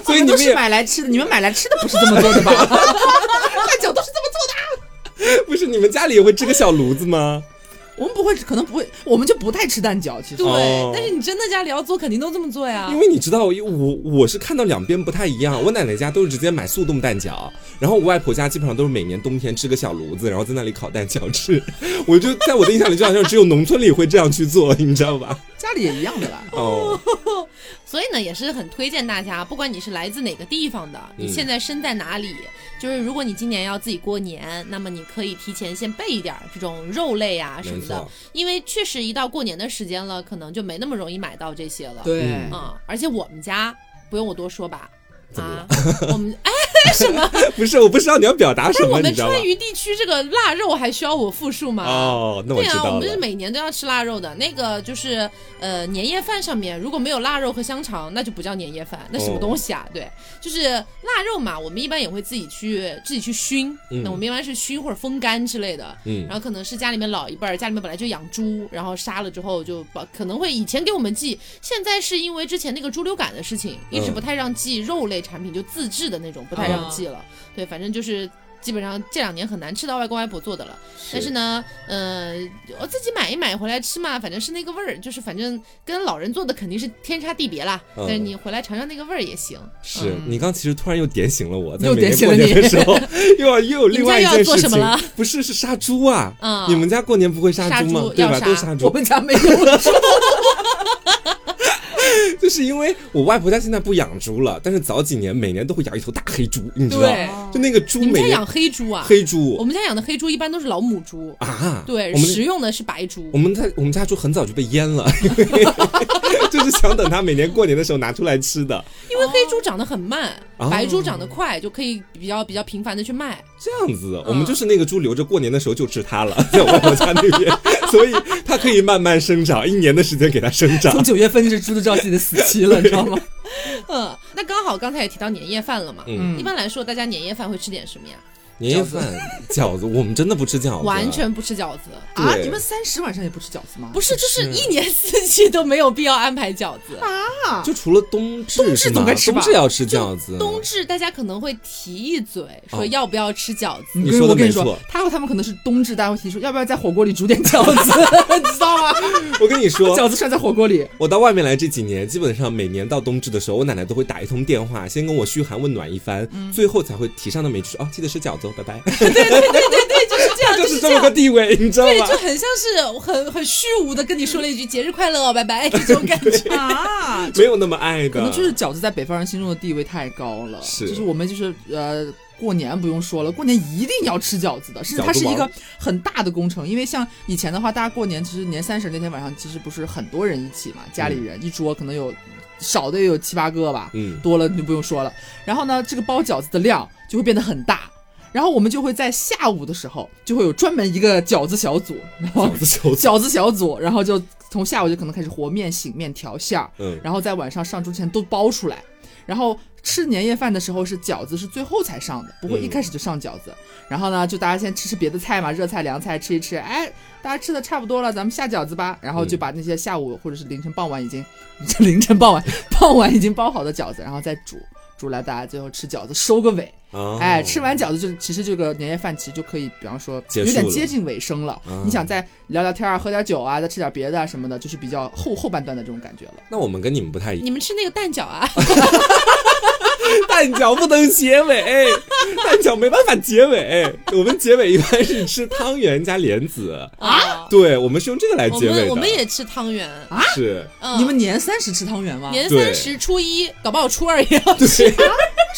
所以你都们是也买来吃的，你们买来吃的不是这么做 <laughs> 的吧？蛋饺都是这么做的。不是你们家里也会支个小炉子吗？我们不会，可能不会，我们就不太吃蛋饺。其实对，哦但是你真的家里要做，肯定都这么做呀因。为你知道，我我是看到两边不太一样。我奶奶家都是直接买速冻蛋饺，然后我外婆家基本上都是每年冬天支个小炉子，然后在那里烤蛋饺吃。 <laughs> 我就在我的印象里，就好像只有农村里会这样去做，你知道吧？家里也一样的啦。 <laughs> 哦，所以呢，也是很推荐大家，不管你是来自哪个地方的，嗯你现在身在哪里，就是如果你今年要自己过年，那么你可以提前先备一点儿这种肉类啊什没么的错，，因为确实一到过年的时间了，可能就没那么容易买到这些了。对，嗯啊、而且我们家不用我多说吧。怎么啊， <laughs> 我们 <laughs> 哎，什么？不是，我不知道你要表达不是什我么，你们知道吧川？渝地区这个腊肉还需要我复述吗？哦，那我对知啊，道我们是了。每年都要吃腊肉的。那个就是呃，年夜饭上面如果没有腊肉和香肠，那就不叫年夜饭，那什么哦东西啊？对，就是腊肉嘛，我们一般也会自己去自己去熏。嗯那我们一般是熏或者风干之类的。嗯然，后可能是家里面老一辈儿，家里面本来就养猪，然后杀了之后就把可能会以前给我们寄，现在是因为之前那个猪流感的事情，一直嗯不太让寄肉类产品，就自制的那种不太让啊寄嗯了。对，反正就是基本上这两年很难吃到外公外婆做的了。但是呢，呃，我自己买一买回来吃嘛，反正是那个味儿，就是反正跟老人做的肯定是天差地别啦。嗯但是你回来尝尝那个味儿也行。是嗯你刚其实突然又点醒了我，在又每年点醒过了年你的时 <laughs> 候，又要又有另外一你们家又件要做事什么情了，不是是杀猪啊。嗯，你们家过年不会杀猪杀吗猪？对要吧？杀都杀我猪，们家没有。就是因为我外婆家现在不养猪了，但是早几年每年都会养一头大黑猪，你知道对吗？就那个猪你们每家年养黑猪啊？黑我猪们家养的黑猪一般都是老母猪，啊，对，我食们用的是白猪我。们家我们家猪很早就被阉了， <laughs> 因为就是想等它每年过年的时候拿出来吃的，因为黑猪长得很慢，哦白猪长得快，就可以比较比较频繁的去卖。这样子，我们就是那个猪留着过年的时候就吃它了， <laughs> 在我外婆家那边，所以它可以慢慢生长，一年的时间给它生长从。九月份这只猪就知道自己的死期了，你知道吗？嗯，那刚好刚才也提到年夜饭了嘛，嗯一般来说大家年夜饭会吃点什么呀？年夜饭、饺子，我们真的不吃饺子，啊完全不吃饺子， <laughs> 啊，对你们三十晚上也不吃饺子吗？不是，就是是一年四季都没有必要安排饺子。啊，就除了冬至冬至是吗总该吃吧冬至要吃饺子，冬至大家可能会提一嘴，说哦要不要吃饺 <laughs> 子。你说的我跟你没说错，他和他们可能是冬至，大家会提出要不要在火锅里煮点饺子， <laughs> 你知道吗？ <laughs> 我跟你说，饺子涮在火锅里，我到外面来这几年，基本上每年到冬至的时候，我奶奶都会打一通电话，先跟我嘘寒问暖一番，嗯最后才会提上那么一句：“哦，记得吃饺子哦，拜 <laughs> 拜。对，就是这”样， <laughs> 就就是是这这么样个。地位，你知道对，吗就？很像是很很虚无的跟你说了一句“节日快乐哦，拜拜”这种感 <laughs> 觉。啊，没有那么爱可的能，就是饺子在北方人心中的地位太高了，呃是就是我们就是呃。过年不用说了，过年一定要吃饺子的，甚至它饺子是一个王很大的工程。因为像以前的话，大家过年其实年三十那天晚上，其实不是很多人一起嘛，家里人一桌可能有少的也有七八个吧，嗯，多了你就不用说了。然后呢，这个包饺子的量就会变得很大，然后我们就会在下午的时候就会有专门一个饺子小组，然后饺子手指，饺子小组，然后就从下午就可能开始和面、醒面、调馅儿，嗯，然后在晚上上桌前都包出来，然后吃年夜饭的时候是饺子是最后才上的，不会一嗯开始就上饺子。然后呢，就大家先吃吃别的菜嘛，热菜、凉菜吃一吃，哎，大家吃的差不多了，咱们下饺子吧。然后就嗯把那些下午或者是凌晨、傍晚已经 <laughs> 凌晨、傍晚、傍晚已经包好的饺子，然后再煮。煮来，大家最后吃饺子收个尾。哦哎，吃完饺子就其实这个年夜饭其实就可以，比方说结有束点了接近尾声了。啊你想再聊聊天啊，喝点酒啊，再吃点别的啊什么的，就是比较后后半段的这种感觉了。那我们跟你们不太一样，你们吃那个蛋饺啊？蛋饺不能结尾，哎蛋饺没办法结尾，哎我们结尾一般是吃汤圆加莲子，啊，对，我们是用这个来我结尾们的，啊我们也吃汤圆。是，嗯你们年三十吃汤圆吗？年三对十、初一，搞不好初二也要 <laughs> 吃。对，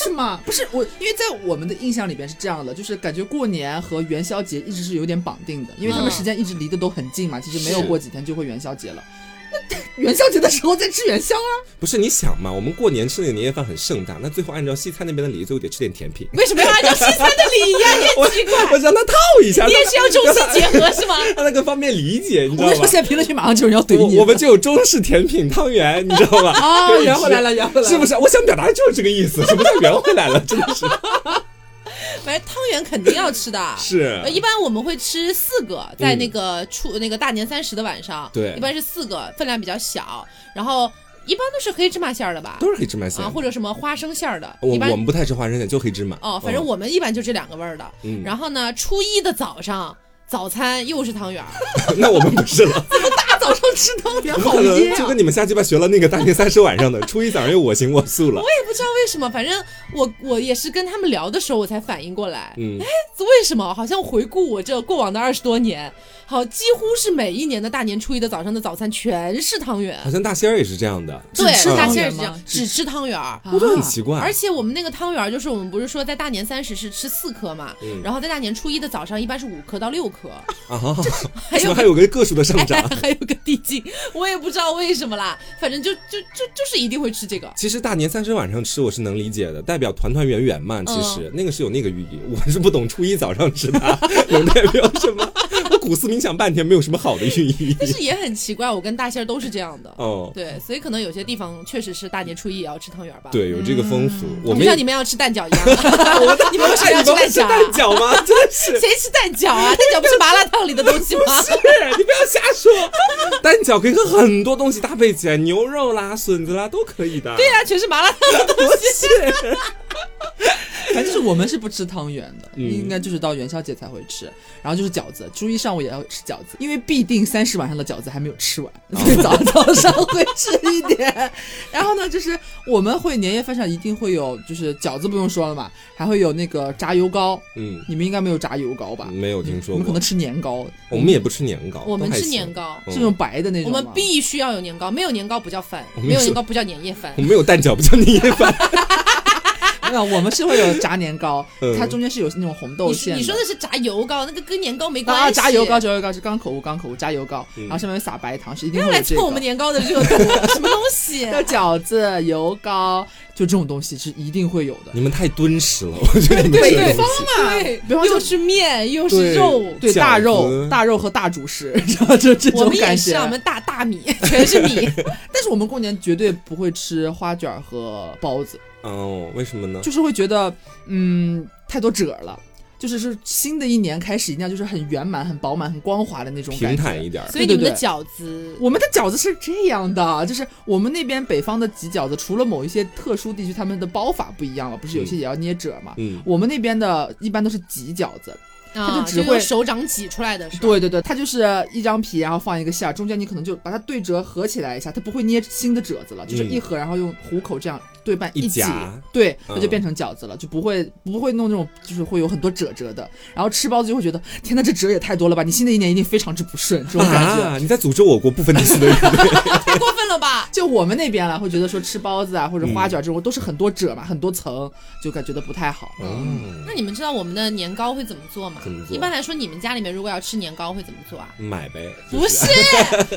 是吗？不是我，因为在我们的印象里边是这样的，就是感觉过年和元宵节一直是有点绑定的，因为他们嗯时间一直离得都很近嘛，其实没是有过几天就会元宵节了。 <laughs> 那元宵节的时候再吃元宵啊？不是你想嘛，我们过年吃那个年夜饭很盛大，那最后按照西餐那边的礼仪，最后得吃点甜品。为什么要按照西餐的礼仪 <laughs> 呀？你我我让他套一下，你也是要中西结合是吗？ <laughs> 让他更方便理解，你知道我跟你吗说，？现在评论区马上就有人要怼你我我们就有中式甜品汤圆，你知道吧？ <laughs> 啊，可以圆回来吃了，圆回来了，是不是？我想表达就是这个意思，什么叫圆回来了？真的是反正汤圆肯定要吃的。呃，是，啊嗯一般我们会吃四个，在那个初、那个大年三十的晚上，对一般是四个，分量比较小，然后一般都是黑芝麻馅儿的吧，都是黑芝麻馅啊，。或者什么花生馅儿的，我一般我们不太吃花生馅，就黑芝麻。哦，反正我们一般就这两个味儿的。嗯然后呢，初一的早上。早餐又是汤圆儿，嗯 <laughs> 那我们不 <laughs> 是了，大早上吃汤圆我们好可噎能就啊跟！你们瞎鸡巴学了那个大年三十晚上的，初一早上又我行我素了。我也不知道为什么，反正我我也是跟他们聊的时候，我才反应过来，哎嗯，为什么好像回顾我这过往的二十多年，好几乎是每一年的大年初一的早上的早餐全是汤圆好，像大仙儿也是这样的，对，只吃大汤仙圆儿是这样吗，啊只吃汤圆儿。我就很奇怪。而且我们那个汤圆儿，就是我们不是说在大年三十是吃四颗嘛，嗯然后在大年初一的早上一般是五颗到六 <laughs> 颗，啊，还有还有个个数的上涨哎。 <laughs> 还有个递进，我也不知道为什么啦，反正就就就就是一定会吃这个。其实大年三十晚上吃我是能理解的，代表团团圆圆嗯嘛。其实、那个是有那个寓意，我是不懂初一早上吃它能代表什么。我苦思冥想半天，没有什么好的寓意。但是也很奇怪，我跟大仙儿都是这样的，哦，对，所以可能有些地方确实是大年初一也要吃汤圆儿吧。，对，有这个风俗。我嗯就们像你们要吃蛋饺一样， <laughs> 你们为什么哎，要 <laughs> 你吃们会蛋吃饺啊？蛋饺吗？真的是，谁吃蛋饺啊？蛋饺不是麻辣烫里的东西吗？ <laughs> 是啊你不要瞎说。嗯蛋饺可以和很多东西搭配起来，牛肉啦、笋子啦都可以的。 <laughs> 对呀、全是麻辣烫。不是。反正就是我们是不吃汤圆的，嗯应该就是到元宵节才会吃，然后就是饺子，初一上午也要吃饺子，因为必定三十晚上的饺子还没有吃完，所以早哦早上会吃一点。然后呢，就是我们会年夜饭上一定会有，就是饺子不用说了嘛，还会有那个炸油糕，嗯，你们应该没有炸油糕吧？没有听说你们可过能。吃年糕，嗯我们也不吃年糕，我们都还吃行年糕，嗯这种白的那我种吗。们必须要有年糕，没有年糕不叫饭，我没们也有是年糕不叫年夜饭 <laughs> 我。们没有蛋饺，不叫年夜饭。没有，我们是会有炸年糕嗯，它中间是有那种红豆你馅说的。你说的是炸油糕，那个跟年糕没关系。啊，炸油糕，，炸油糕是刚口误，刚口误，炸油糕，嗯然后上面撒白糖，是一不定要会来有这蹭我们个。年糕的热度，什么东西？要饺子、油糕，就这种东西是一定会有的。你们太敦实了，我觉得你们对这个 <laughs> 对东西。对，比方说又是面又是对肉，对，饺大肉、子大肉和大主食， <laughs> 这这我种们也感是觉啊，。我们大大米，全是米。但是我们过年绝对不会吃花卷儿和包子，哦，为什么呢？就是会觉得，嗯，太多褶儿了。就是是新的一年开始，一定要就是很圆满、很饱满、很光滑的那种感平觉。坦一点儿。所以你们的饺子，我们的饺子是这样的，就是我们那边北方的挤饺子，除了某一些特殊地区，他们的包法不一样了，不是有些也要捏褶嘛？嗯，我们那边的一般都是挤饺子，啊，就只用会手掌挤出来的是吧？对对对，它就是一张皮，然后放一个馅儿，中间你可能就把它对折合起来一下，它不会捏新的褶子了，就是嗯一合，然后用虎口这样对半一挤，夹对，嗯它就变成饺子了，就不会不会弄那种就是会有很多褶褶的，然后吃包子就会觉得天呐，这褶也太多了吧，你新的一年一定非常之不顺这种感觉。啊，你在诅咒我国不分地区的 <laughs> 人太过分了吧？就我们那边了，啊会觉得说吃包子啊或者花卷这种都是很多褶嘛，很多层，就感觉得不太好。哦，那你们知道我们的年糕会怎么做吗？怎么做一般来说，你们家里面如果要吃年糕会怎么 <laughs> 做啊？买呗，不是，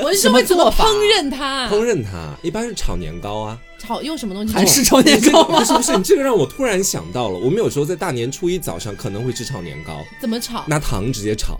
我是什说么会怎么做法烹饪啊它？烹饪它，一般是炒年糕啊。 <laughs> 炒用什么东西？韩式炒年糕吗不？是不是，你这个让我突然想到了，我们有时候在大年初一早上可能会吃炒年糕，怎么炒？拿糖直接炒，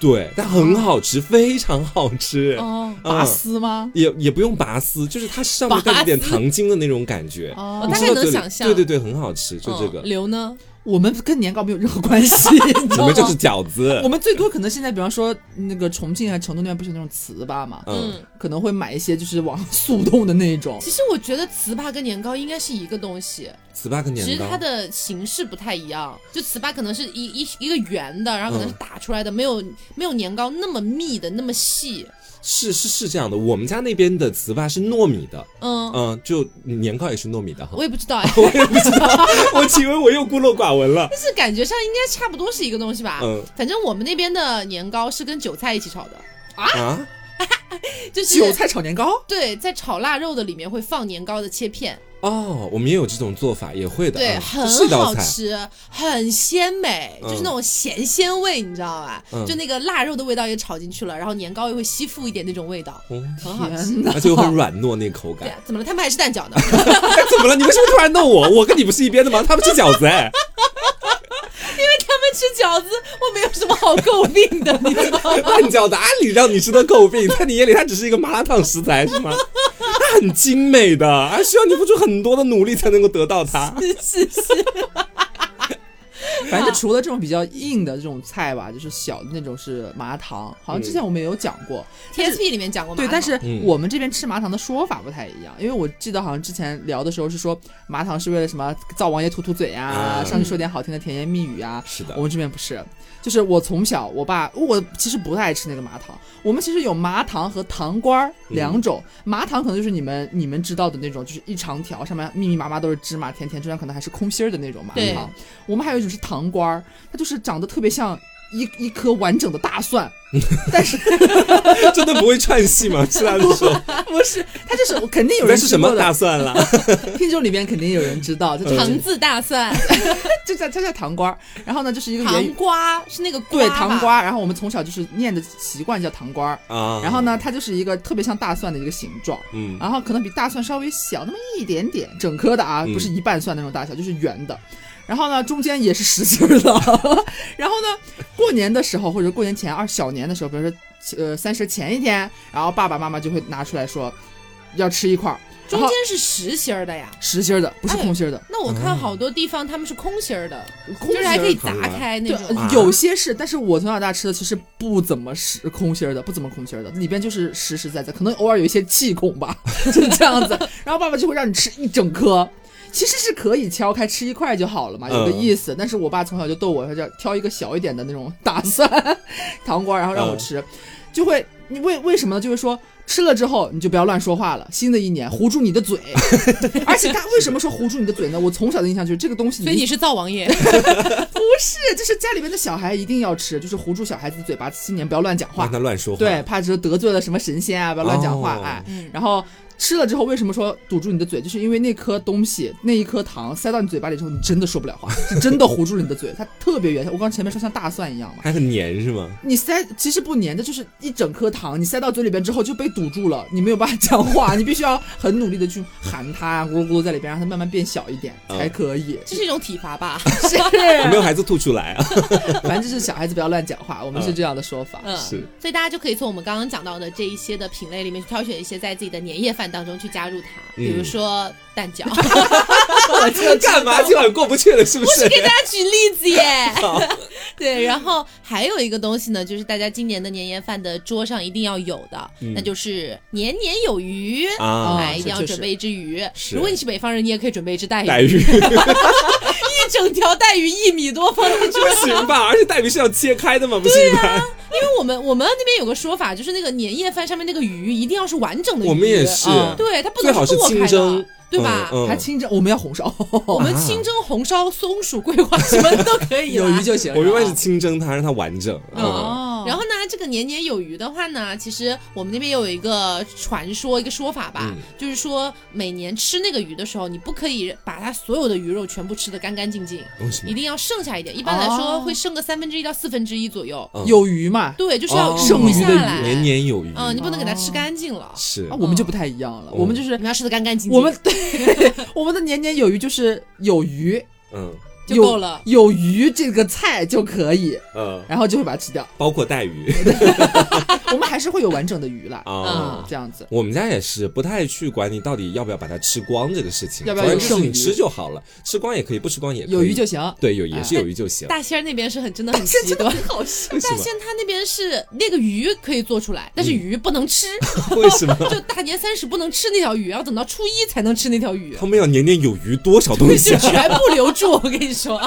对，但很好吃，非常好吃，哦嗯 <laughs> 拔丝吗？也也不用拔丝，就是它上面带着点糖精的那种感觉。我哦你大吃概到能嘴里想象对对对，很好吃，就这嗯个。刘呢？我们跟年糕没有任何关系，你知我道们就吗是？饺子 <laughs> 我，们最多可能现在，比方说那个重庆啊、成都那边不是有那种糍粑嘛，嗯，嗯，可能会买一些就是往上速冻的那种。其实我觉得糍粑跟年糕应该是一个东西，糍粑跟只是年糕它，的形式不太一样。就糍粑可能是一一一个圆的，然嗯后可能是打出来的，没有没有年糕那么密的那么细。是是是这样的，我们家那边的糍粑是糯米的，嗯，嗯，就年糕也是糯米的哈我。也不知道哎，我也不知道， <laughs> 我以为我又孤陋寡闻了。但是感觉上应该差不多是一个东西吧。嗯反正我们那边的年糕是跟韭菜一起炒的，啊，就是韭菜炒年糕，对，在炒腊肉的里面会放年糕的切片，哦，我们也有这种做法，也会的，啊对，嗯很是一道好菜。吃，很鲜美，嗯就是那种咸鲜味，你知道吧？嗯就那个腊肉的味道也炒进去了，然后年糕又会吸附一点那种味道，哦很好吃。天哪而！且又很软糯那口对感。啊，怎么了？他们还是蛋饺呢。 <laughs> 哎，怎么了？你为什么突然弄我？我跟你不是一边的吗？他们吃饺子哎。他们吃饺子，我没有什么好诟病的， <laughs> 你知道吗？烂饺子，按理让你值得诟病，在你眼里它只是一个麻辣烫食材是吗？它很精美的，而需要你付出很多的努力才能够得到它。是是，反正除了这种比较硬的这种菜吧，就是小的那种是麻糖，好像之前我们也有讲过。 TSP 里面讲过麻对，辣但是嗯我们这边吃麻糖的说法不太一样，因为我记得好像之前聊的时候是说麻糖是为了什么灶王爷吐吐嘴啊，嗯上去说点好听的甜言蜜语啊。是我，们这边不是，就是我从小我爸我其实不太爱吃那个麻糖，我们其实有麻糖和糖瓜儿嗯两种，麻糖可能就是你们你们知道的那种，就是一长条上面密密麻麻都是芝麻，甜甜中间可能还是空心儿的那种麻对糖。我们还有一种是糖瓜儿，它就是长得特别像一一颗完整的 <laughs> 大蒜，但是真的不会串戏吗？吃饭的时候，不是，它就是我肯定有那人是吃什过么的大嗯蒜啦？听众里边肯定有人知道，就糖糖渍大蒜、就在它叫糖瓜儿，然后呢 <laughs> 就是一个圆糖瓜是那个瓜对吧糖，瓜，然后我们从小就是念的习惯叫糖瓜儿，啊，然后呢啊它就是一个特别像大蒜的一个形状。嗯，然后可能比大蒜稍微小那么一点点，整颗的啊，嗯不是一半蒜那种大小，就是圆的。然后呢，中间也是实心儿的。 <laughs> 然后呢，过年的时候或者过年前二小年的时候，比如说呃三十前一天，然后爸爸妈妈就会拿出来说要吃一块儿，中间然后是实心儿的呀。实心儿的，不是哎空心儿的。那我看好多地方他们是空心儿的，空就是心还儿可以糖砸瓜开那对种。，啊有些是，但是我从小到大吃的其实不怎么是空心儿的，不怎么空心儿的，里边就是实实在在，可能偶尔有一些气 <laughs> 孔吧，就是这样子。然后爸爸就会让你吃一整颗，其实是可以敲开吃一块就好了嘛，有个嗯意思。但是我爸从小就逗我，他叫挑一个小一点的那种大蒜糖瓜，然后让我嗯吃，就会你为为什么呢？就会说。吃了之后你就不要乱说话了。新的一年糊住你的 <laughs> 嘴，而且他为什么说糊住你的嘴呢？我从小的印象就是这个东西，所以你是灶王爷，是，就是家里面的小孩一定要吃，就是糊住小孩子的嘴巴，新年不要乱讲让话，他乱说话，对，怕就是得罪了什么神仙啊，不要乱讲话，哦哎，嗯，然后。吃了之后，为什么说堵住你的嘴，就是因为那颗东西，那一颗糖塞到你嘴巴里之后，你真的说不了话， <laughs> 是真的糊住了你的嘴，它特别圆。我刚前面说像大蒜一样嘛，还很黏是吗？你塞其实不粘的，就是一整颗糖，你塞到嘴里边之后就被堵住了，你没有办法讲话，你必须要很努力的去含它，咕噜咕噜在里边，让它慢慢变小一点才可以。这是一种体罚吧？是，有没有孩子吐出来啊？反正就是小孩子不要乱讲话，我们是这样的说法。嗯，是所以大家就可以从我们刚刚讲到的这一些的品类里面去挑选一些在自己的年夜饭当中去加入它，比如说蛋饺。我就干嘛今晚过不去了是不我是是？给大家举例子耶好。 <laughs> 对，然后还有一个东西呢，就是大家今年的年夜饭的桌上一定要有的，那就是年年有余。啊，哎，一定这要就是准备一只鱼。是如果你是北方人，你也可以准备一只带鱼，带鱼 <laughs> 一整条带鱼一米多放进去。不行吧？而且带鱼是要切开的嘛，不行吧？因为我们我们那边有个说法，就是那个年夜饭上面那个鱼一定要是完整的鱼。我们也是，啊对，它不最能好是剁清开蒸的，，对吧？嗯嗯还清蒸，我们要红烧，我们清蒸、红烧、松鼠、桂花什么的都可以啦 <laughs> 有鱼就行。我一般是清蒸它，让它完整。嗯，哦， <laughs> 然后呢，这个年年有余的话呢，其实我们那边有一个传说，一个说法吧，嗯就是说每年吃那个鱼的时候，你不可以把它所有的鱼肉全部吃得干干净净，为什一么？定要剩下一点。一般来说哦会剩个三分之一到四分之一左右。嗯有鱼嘛，对，就是要哦剩剩余下的鱼来。年年有余。嗯，你不能给它吃哦干净了，是啊，我们就不太一样了，嗯我们就是你要吃得干干净净。我们对 <laughs> 我们的年年有余就是有鱼嗯就有够了有鱼这个菜就可以，呃，然后就会把它吃掉。包括带 <laughs> 鱼我们还是会有完整的鱼啦，啊。嗯，这样子。我们家也是不太去管你到底要不要把它吃光这个事情，要不反要正有就是剩你余吃就好了，吃光也可以，不吃光也可以。有鱼就啊行。对，有也是有鱼就 <laughs> 行。大仙儿那边是很真的很极端，好吃，为什 <laughs> 大么？仙他那边是那个鱼可以做出来，但是鱼不能吃，为什么？ <laughs> 就大年三十不能吃那条鱼，要等到初一才能吃那条鱼。他们要年年有余，多少东西 <laughs> 就啊？全部留住，我跟你 <laughs> 说。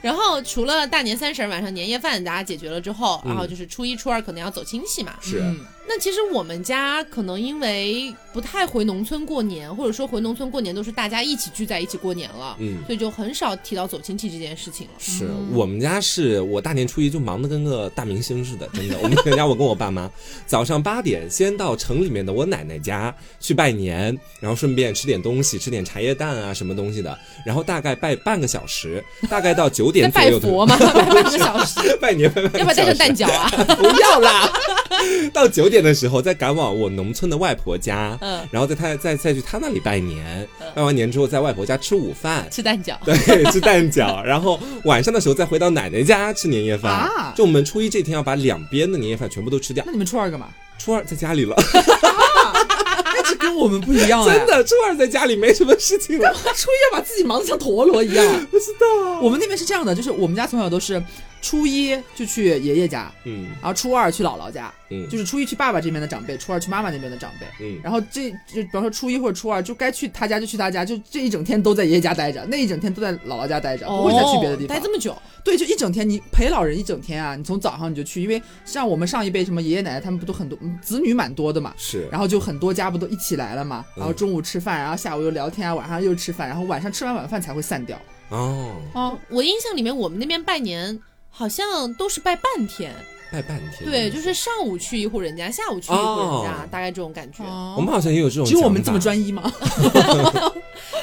然后除了大年三十儿晚上年夜饭大家解决了之后，嗯然后就是初一初二可能要走亲戚嘛。是啊嗯那其实我们家可能因为不太回农村过年，或者说回农村过年都是大家一起聚在一起过年了，嗯所以就很少提到走亲戚这件事情了。是我们家是我大年初一就忙得跟个大明星似的，真的。我们全家我跟我爸妈早上八点先到城里面的我奶奶家去拜年，然后顺便吃点东西，吃点茶叶蛋啊什么东西的，然后大概拜半个小时，大概到在九点左拜右的佛嘛， <laughs> 拜半个小时， <laughs> 拜年拜半个要不要带上小时蛋饺啊？不要啦！ <laughs> 到九点的时候再赶往我农村的外婆家，嗯，然后在她再再去她那里拜年，拜完年之后在外婆家吃午饭。吃蛋饺。对，吃蛋饺，然后晚上的时候再回到奶奶家吃年夜饭。啊就我们初一这天要把两边的年夜饭全部都吃掉 <laughs> 那，你们初二干嘛？初二在家里了，那这跟我们不一样哎，真，的，初二在家里没什么事情了。初一要把自己忙得像陀螺一样。不知道，我们那边是这样的，就是我们家从小都是初一就去爷爷家，嗯然后初二去姥姥家，嗯，就是初一去爸爸这边的长辈，初二去妈妈那边的长辈。嗯然后这就比方说初一或者初二，就该去他家就去他家，就这一整天都在爷爷家待着，那一整天都在姥姥家待着，不会再去别的地哦待方。这么久，对，就一整天，你陪老人一整天啊，你从早上你就去，因为像我们上一辈什么爷爷奶奶他们不都很多嗯子女蛮多的嘛，是，然后就很多家不都一起来了嘛，然后嗯中午吃饭，然后下午又聊天啊，晚上又吃饭，然后晚上吃完晚饭才会散掉。哦，哦，我印象里面我们那边拜年好像都是拜半天，拜半天。对，就是上午去一户人家，下午去一户人家，哦大概这种感觉。我们好像也有这种，只有我们这么。专一吗？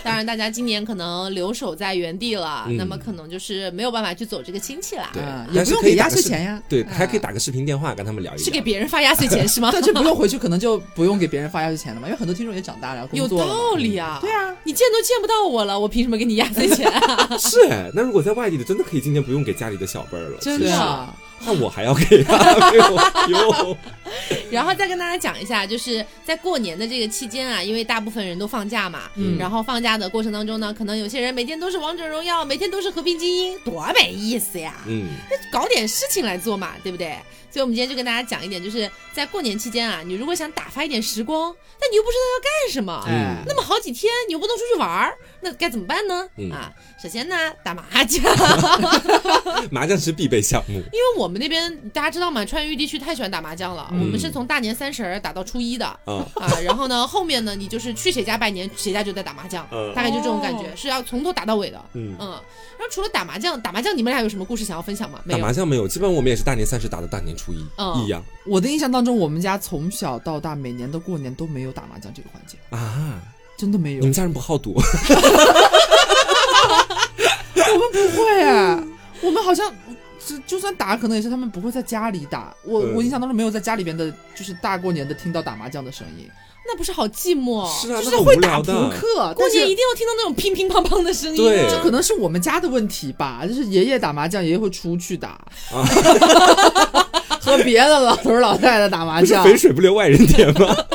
当然，大家今年可能留守在原地了，嗯那么可能就是没有办法去走这个亲戚啦，对啊，也但不是用可以给打压个岁视钱呀啊对，还可以打个视频电话跟他们聊一聊。是给别人发压岁钱 <laughs> 是吗但？就不用回去，可能就不用给别人发压岁钱了嘛，因为很多听众也长大了，有工作了嘛。道理啊！对啊，你见都见不到我了，我凭什么给你压岁钱啊？是， <laughs> 那如果在外地的，真的可以今天不用给家里的小辈儿了。真其对实 <laughs> 啊，那我还要给他，没有 <laughs> 有然后再跟大家讲一下，就是在过年的这个期间啊，因为大部分人都放假嘛，嗯然后放假的过程当中呢，可能有些人每天都是王者荣耀，每天都是和平精英，多没意思呀！嗯，搞点事情来做嘛，对不对？所以我们今天就跟大家讲一点，就是在过年期间啊，你如果想打发一点时光，但你又不知道要干什嗯么，哎那么好几天你又不能出去玩儿，那该怎么办呢？嗯啊，首先呢，打麻将， <laughs> 麻将是必备项目。因为我们那边大家知道嘛，川渝地区太喜欢打麻将了。嗯我们是从从大年三十儿打到初一的嗯啊， <laughs> 然后呢，后面呢，你就是去谁家拜年，谁家就在打麻将，嗯大概就这种感觉哦，是要从头打到尾的。嗯，嗯，然后除了打麻将，打麻将你们俩有什么故事想要分享吗？没打有麻。将没有，基本上我们也是大年三十打到大年初一嗯一样我的印象当中，我们家从小到大每年的过年都没有打麻将这个环节，啊。真的没有你。们家人不好赌，我们不会哎，我们好像就就算打，可能也是他们不会在家里打。我嗯我印象当中没有在家里边的，就是大过年的听到打麻将的声音，那不是好寂寞？是啊，就那是很会无打聊扑的。克。过但年一是定要听到那种乒乒乓乓的声音。啊对这可能是我们家的问题吧，就是爷爷打麻将，爷爷会出去打，啊 <laughs> <laughs> 和别的老头儿老太太打麻不是将。肥水不流外人田吗？ <laughs>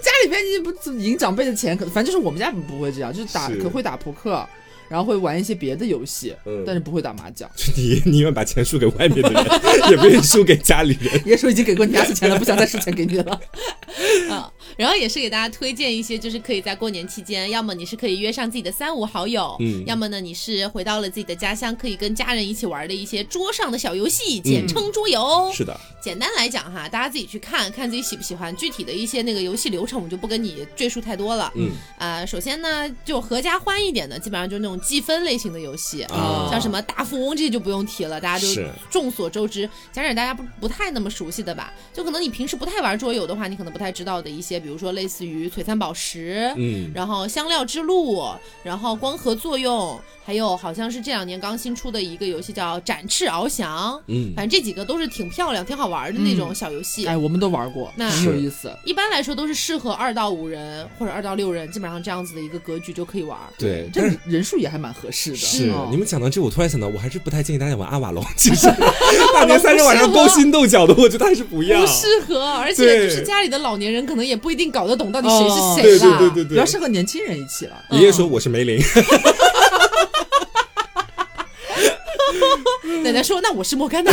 家里边你不赢长辈的钱，可反正就是我们家不会这样，就是打是可会打扑克，然后会玩一些别的游戏，嗯但是不会打麻 <laughs> 将。就你宁愿把钱输给外面的人，也不愿意输给家里人。爷说已经给过你两次钱了，不想再输钱给你 <laughs> 了。嗯，然后也是给大家推荐一些，就是可以在过年期间，要么你是可以约上自己的三五好友，嗯要么呢你是回到了自己的家乡，可以跟家人一起玩的一些桌上的小游戏，简嗯称桌游。是的，简单来讲哈，大家自己去看看自己喜不喜欢，具体的一些那个游戏流程我就不跟你赘述太多了。嗯呃，首先呢，就合家欢一点的，基本上就是那种积分类型的游戏。啊，像什么大富翁这些就不用提了，大家就是众所周知。讲点大家不不太那么熟悉的吧，就可能你平时不太玩桌游的话，你可能不太知道的一些，比如说类似于璀璨宝石，嗯然后香料之路，然后光合作用，还有好像是这两年刚新出的一个游戏叫展翅翱翔，嗯反正这几个都是挺漂亮、挺好玩的那种嗯小游戏。哎，我们都玩过，那很有意思。一般来说都是适合二到五人或者二到六人，基本上这样子的一个格局就嗯可以玩。对，这但是。人数也还蛮合适的。是嗯，你们讲到这，我突然想到，我还是不太建议大家玩阿瓦隆。其 <laughs> 实大年三十晚上勾心斗角的，我觉得还是不要不。适合，而且就是家里的老年人可能也不一定搞得懂到底谁哦是嗯对谁啦。对对对比较适合年轻人一起了。对，爷爷说我是梅林，奶奶说：“那我是莫甘娜。”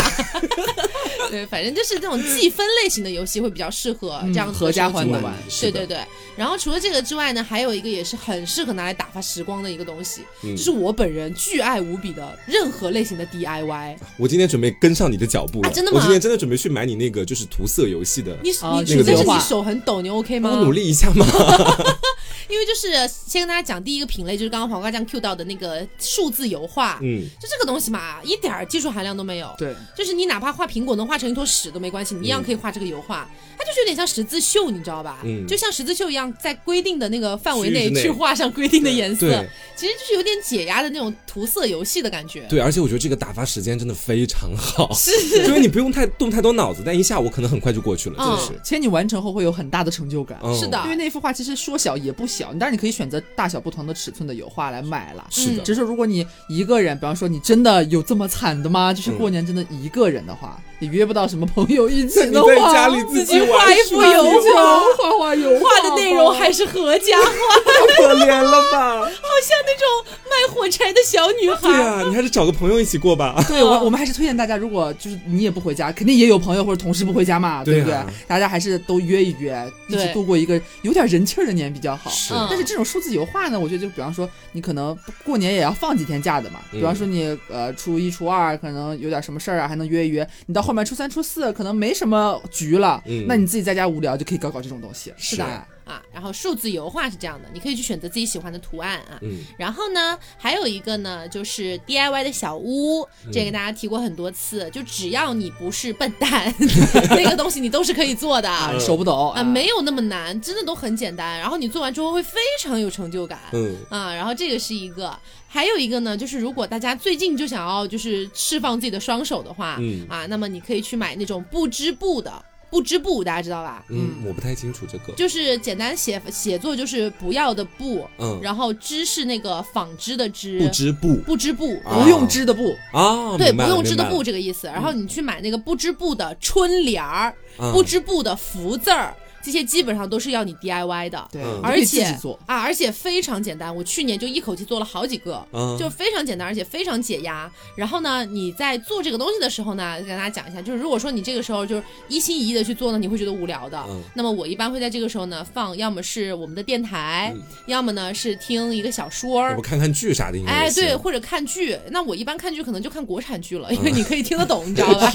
<laughs> 对，反正就是这种计分类型的游戏会比较适合这嗯样子的合家手机欢的玩玩对是的对对。然后除了这个之外呢，还有一个也是很适合拿来打发时光的一个东西，嗯就是我本人巨爱无比的任何类型的 DIY。我今天准备跟上你的脚步了。啊真的吗我今天真的准备去买你那个就是涂色游戏的，你哦你啊那除个非是流你化手很抖，你 OK 吗帮？我努力一下嘛。因为就是先跟大家讲第一个品类，就是刚刚黄瓜酱 Q 到的那个数字油画。嗯，就这个东西嘛，一点儿技术含量都没有。对，就是你哪怕画苹果能画成一坨屎都没关系，你一样可以画这个油画。它就是有点像十字绣，你知道吧？嗯就像十字绣一样，在规定的那个范围内区域之内去画上规定的颜色对，其实就是有点解压的那种涂色游戏的感觉。对，啊而且我觉得这个打发时间真的非常好，因为你不用太动太多脑子，但一下午可能很快就过去了，真的是。其实你完成后会有很大的成就感。嗯嗯是的因为那幅画其实说小也不小，当然你可以选择大小不同的尺寸的油画来买啦。是的嗯只是如果你一个人，比方说你真的有这么惨的吗？嗯就是过年真的一个人的话，也约不到什么朋友一起那你的话，在家里自己画玩一 <laughs> 是幅吗油画，画画油画的内容还是合 <laughs> 家欢，太可怜了 <laughs> 吧？好像那种卖火柴的小女对孩。啊，你还是找个朋友一起 <laughs> 过吧。对我，我们还是推荐大家，如果就是你也不回家，肯定也有朋友或者同事不回家嘛，对不对对啊？大家还是都约一约，一起对度过一个有点人气儿的年比较好。是嗯但是这种数字油画呢，我觉得就比方说，你可能过年也要放几天假的嘛。嗯比方说你呃初一、初二可能有点什么事儿啊，还能约一约。你到后面初三、初四可能没什么局了，嗯那你自己在家无聊就可以搞搞这种东西。是的，啊，然后数字油画是这样的，你可以去选择自己喜欢的图案啊。嗯，然后呢，还有一个呢，就是 DIY 的小屋，这嗯个大家提过很多次，就只要你不是笨蛋， <laughs> 那个东西你都是可以做的。嗯啊，手不抖啊，没有那么难，真的都很简单。然后你做完之后会非常有成就感，嗯啊，然后这个是一个，还有一个呢，就是如果大家最近就想要就是释放自己的双手的话，嗯啊，那么你可以去买那种不织布的不织布，大家知道吧？嗯，我不太清楚这个。就是简单写写作就是不要的不，嗯，然后织是那个纺织的织，不织布不织布，啊不用织的嗯布，啊，对，明不白了用织的，明布白了这个意思。然后你去买那个不织布的春联儿、嗯不织布的福字儿，这些基本上都是要你 DIY 的。对，嗯你可而以自且己做。啊，而且非常简单，我去年就一口气做了好几个。嗯就非常简单，而且非常解压。然后呢，你在做这个东西的时候呢，跟大家讲一下，就是如果说你这个时候就是一心一意的去做呢，你会觉得无聊的。嗯那么我一般会在这个时候呢，放要么是我们的电台，嗯要么呢是听一个小说我儿们。看看剧啥的应该哎，也行 <laughs> 对，或者看剧，那我一般看剧可能就看国产剧了，因为你可以听得懂，你知道吧？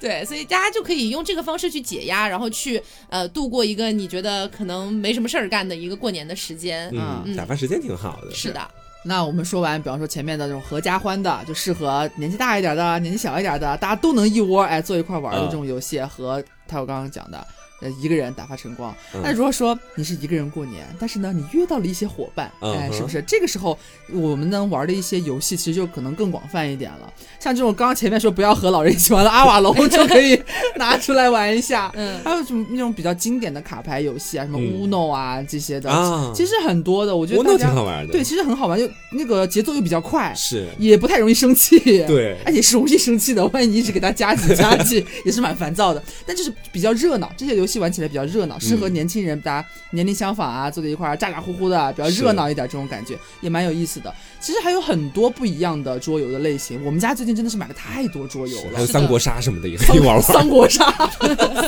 对，所以大家就可以用这个方式去解压，然后去呃度过一个你觉得可能没什么事儿干的一个过年的时间。嗯，嗯打发时间挺好的。是的，那我们说完，比方说前面的这种合家欢的，就适合年纪大一点的、年纪小一点的，大家都能一窝哎坐一块玩的嗯这种游戏，和他我刚刚讲的。呃，一个人打发晨光。嗯那如果说你是一个人过年，但是呢，你约到了一些伙伴，嗯哎，哼是不是？这个时候我们能玩的一些游戏，其实就可能更广泛一点了。像这种刚刚前面说不要和老人一起玩的阿瓦隆，就可以拿出来玩一下。 <laughs> 嗯，还有什么那种比较经典的卡牌游戏啊，什么嗯 Uno 啊这些的，啊，其实很多的。我觉得我大那家挺好玩的。对，，其实很好玩，又那个节奏又比较快，是，也不太容易生气。，对，而且是容易生气的，万一你一直给他加几加 <laughs> 几，也是蛮烦躁的。但就是比较热闹，这些游戏玩起来比较热闹，适合嗯年轻人，大家年龄相仿啊，坐在一块儿咋咋呼呼的，比较是热闹一点，这种感觉也蛮有意思的。其实还有很多不一样的桌游的类型，我们家最近真的是买了太多桌游是还了。有是三的国杀什么的也可以玩玩。 <laughs> 三国杀，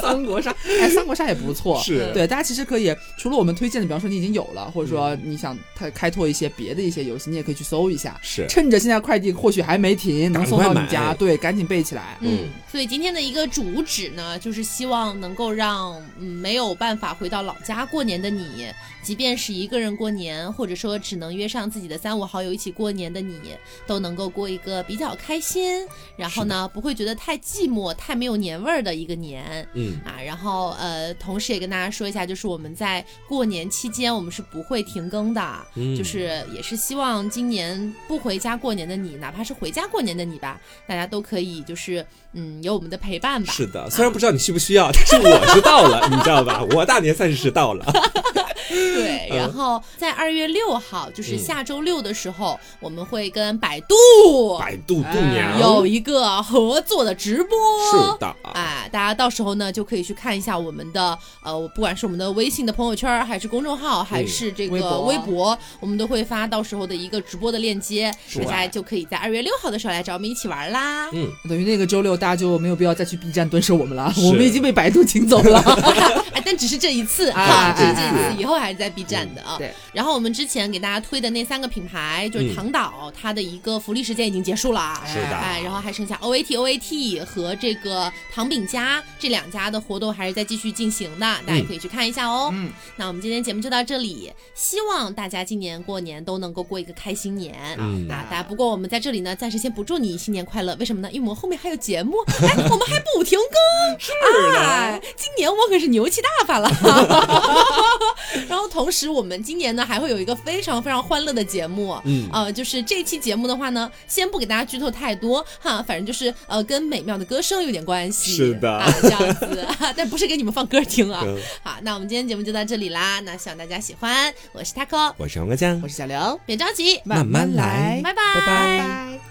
三国杀，哎，三国杀也不错，是，对，大家其实可以除了我们推荐的，比方说你已经有了，或者说你想开开拓一些别的一些游戏，你也可以去搜一下。是，趁着现在快递或许还没停，能赶送到快你买家，对，赶紧备起来。嗯，所以今天的一个主旨呢，就是希望能够让嗯没有办法回到老家过年的你，即便是一个人过年，或者说只能约上自己的三五好友一起过年的你，都能够过一个比较开心，然后呢不会觉得太寂寞、太没有年味儿的一个年。嗯，啊，然后呃，同时也跟大家说一下，就是我们在过年期间，我们是不会停更的，嗯就是也是希望今年不回家过年的你，哪怕是回家过年的你吧，大家都可以就是嗯有我们的陪伴吧。是的，虽然不知道你需不需要，但是我知道了，你知道吧？我大年三十是到了。对，嗯然后在二月六号，就是嗯下周六的时候，我们会跟百度百度度哎娘有一个合作的直播。是的，哎，大家到时候呢就可以去看一下我们的呃，不管是我们的微信的朋友圈儿，还是公众号，嗯还是这个微博微博，我们都会发到时候的一个直播的链接，是大家就可以在二月六号的时候来找我们一起玩啦。嗯，等于那个周六大家就没有必要再去 B 站蹲守我们了，是我们已经被百度请走了。哎，但只是这一次啊啊，只是这这一一次，次以后还是在 B 嗯站的啊。对，然后我们之前给大家推的那三个品牌，就是嗯唐岛，它的一个福利时间已经结束了啊。是的哎，然后还剩下 OAT、OAT 和这个糖饼家这两家的活动还是在继续进行的，大家可以去看一下哦。嗯，那我们今天节目就到这里，希望大家今年过年都能够过一个开心年。嗯啊，大家不过我们在这里呢，暂时先不祝你新年快乐，为什么呢？因为我们后面还有节 <laughs> 目，哎，我们还不停更，是哎，今年我可是牛气大发了。 <laughs> 然后同时，我们今年呢还会有一个非常非常欢乐的节目，嗯呃，就是这期节目的话呢，先不给大家剧透太多哈，反正就是呃跟美妙的歌声有点关系，是的啊，这样子，但不是给你们放歌听啊。嗯好，那我们今天节目就到这里啦，那希望大家喜欢，我是 taco，我是王哥江我，是小刘，别着急，慢慢来哎拜拜拜拜。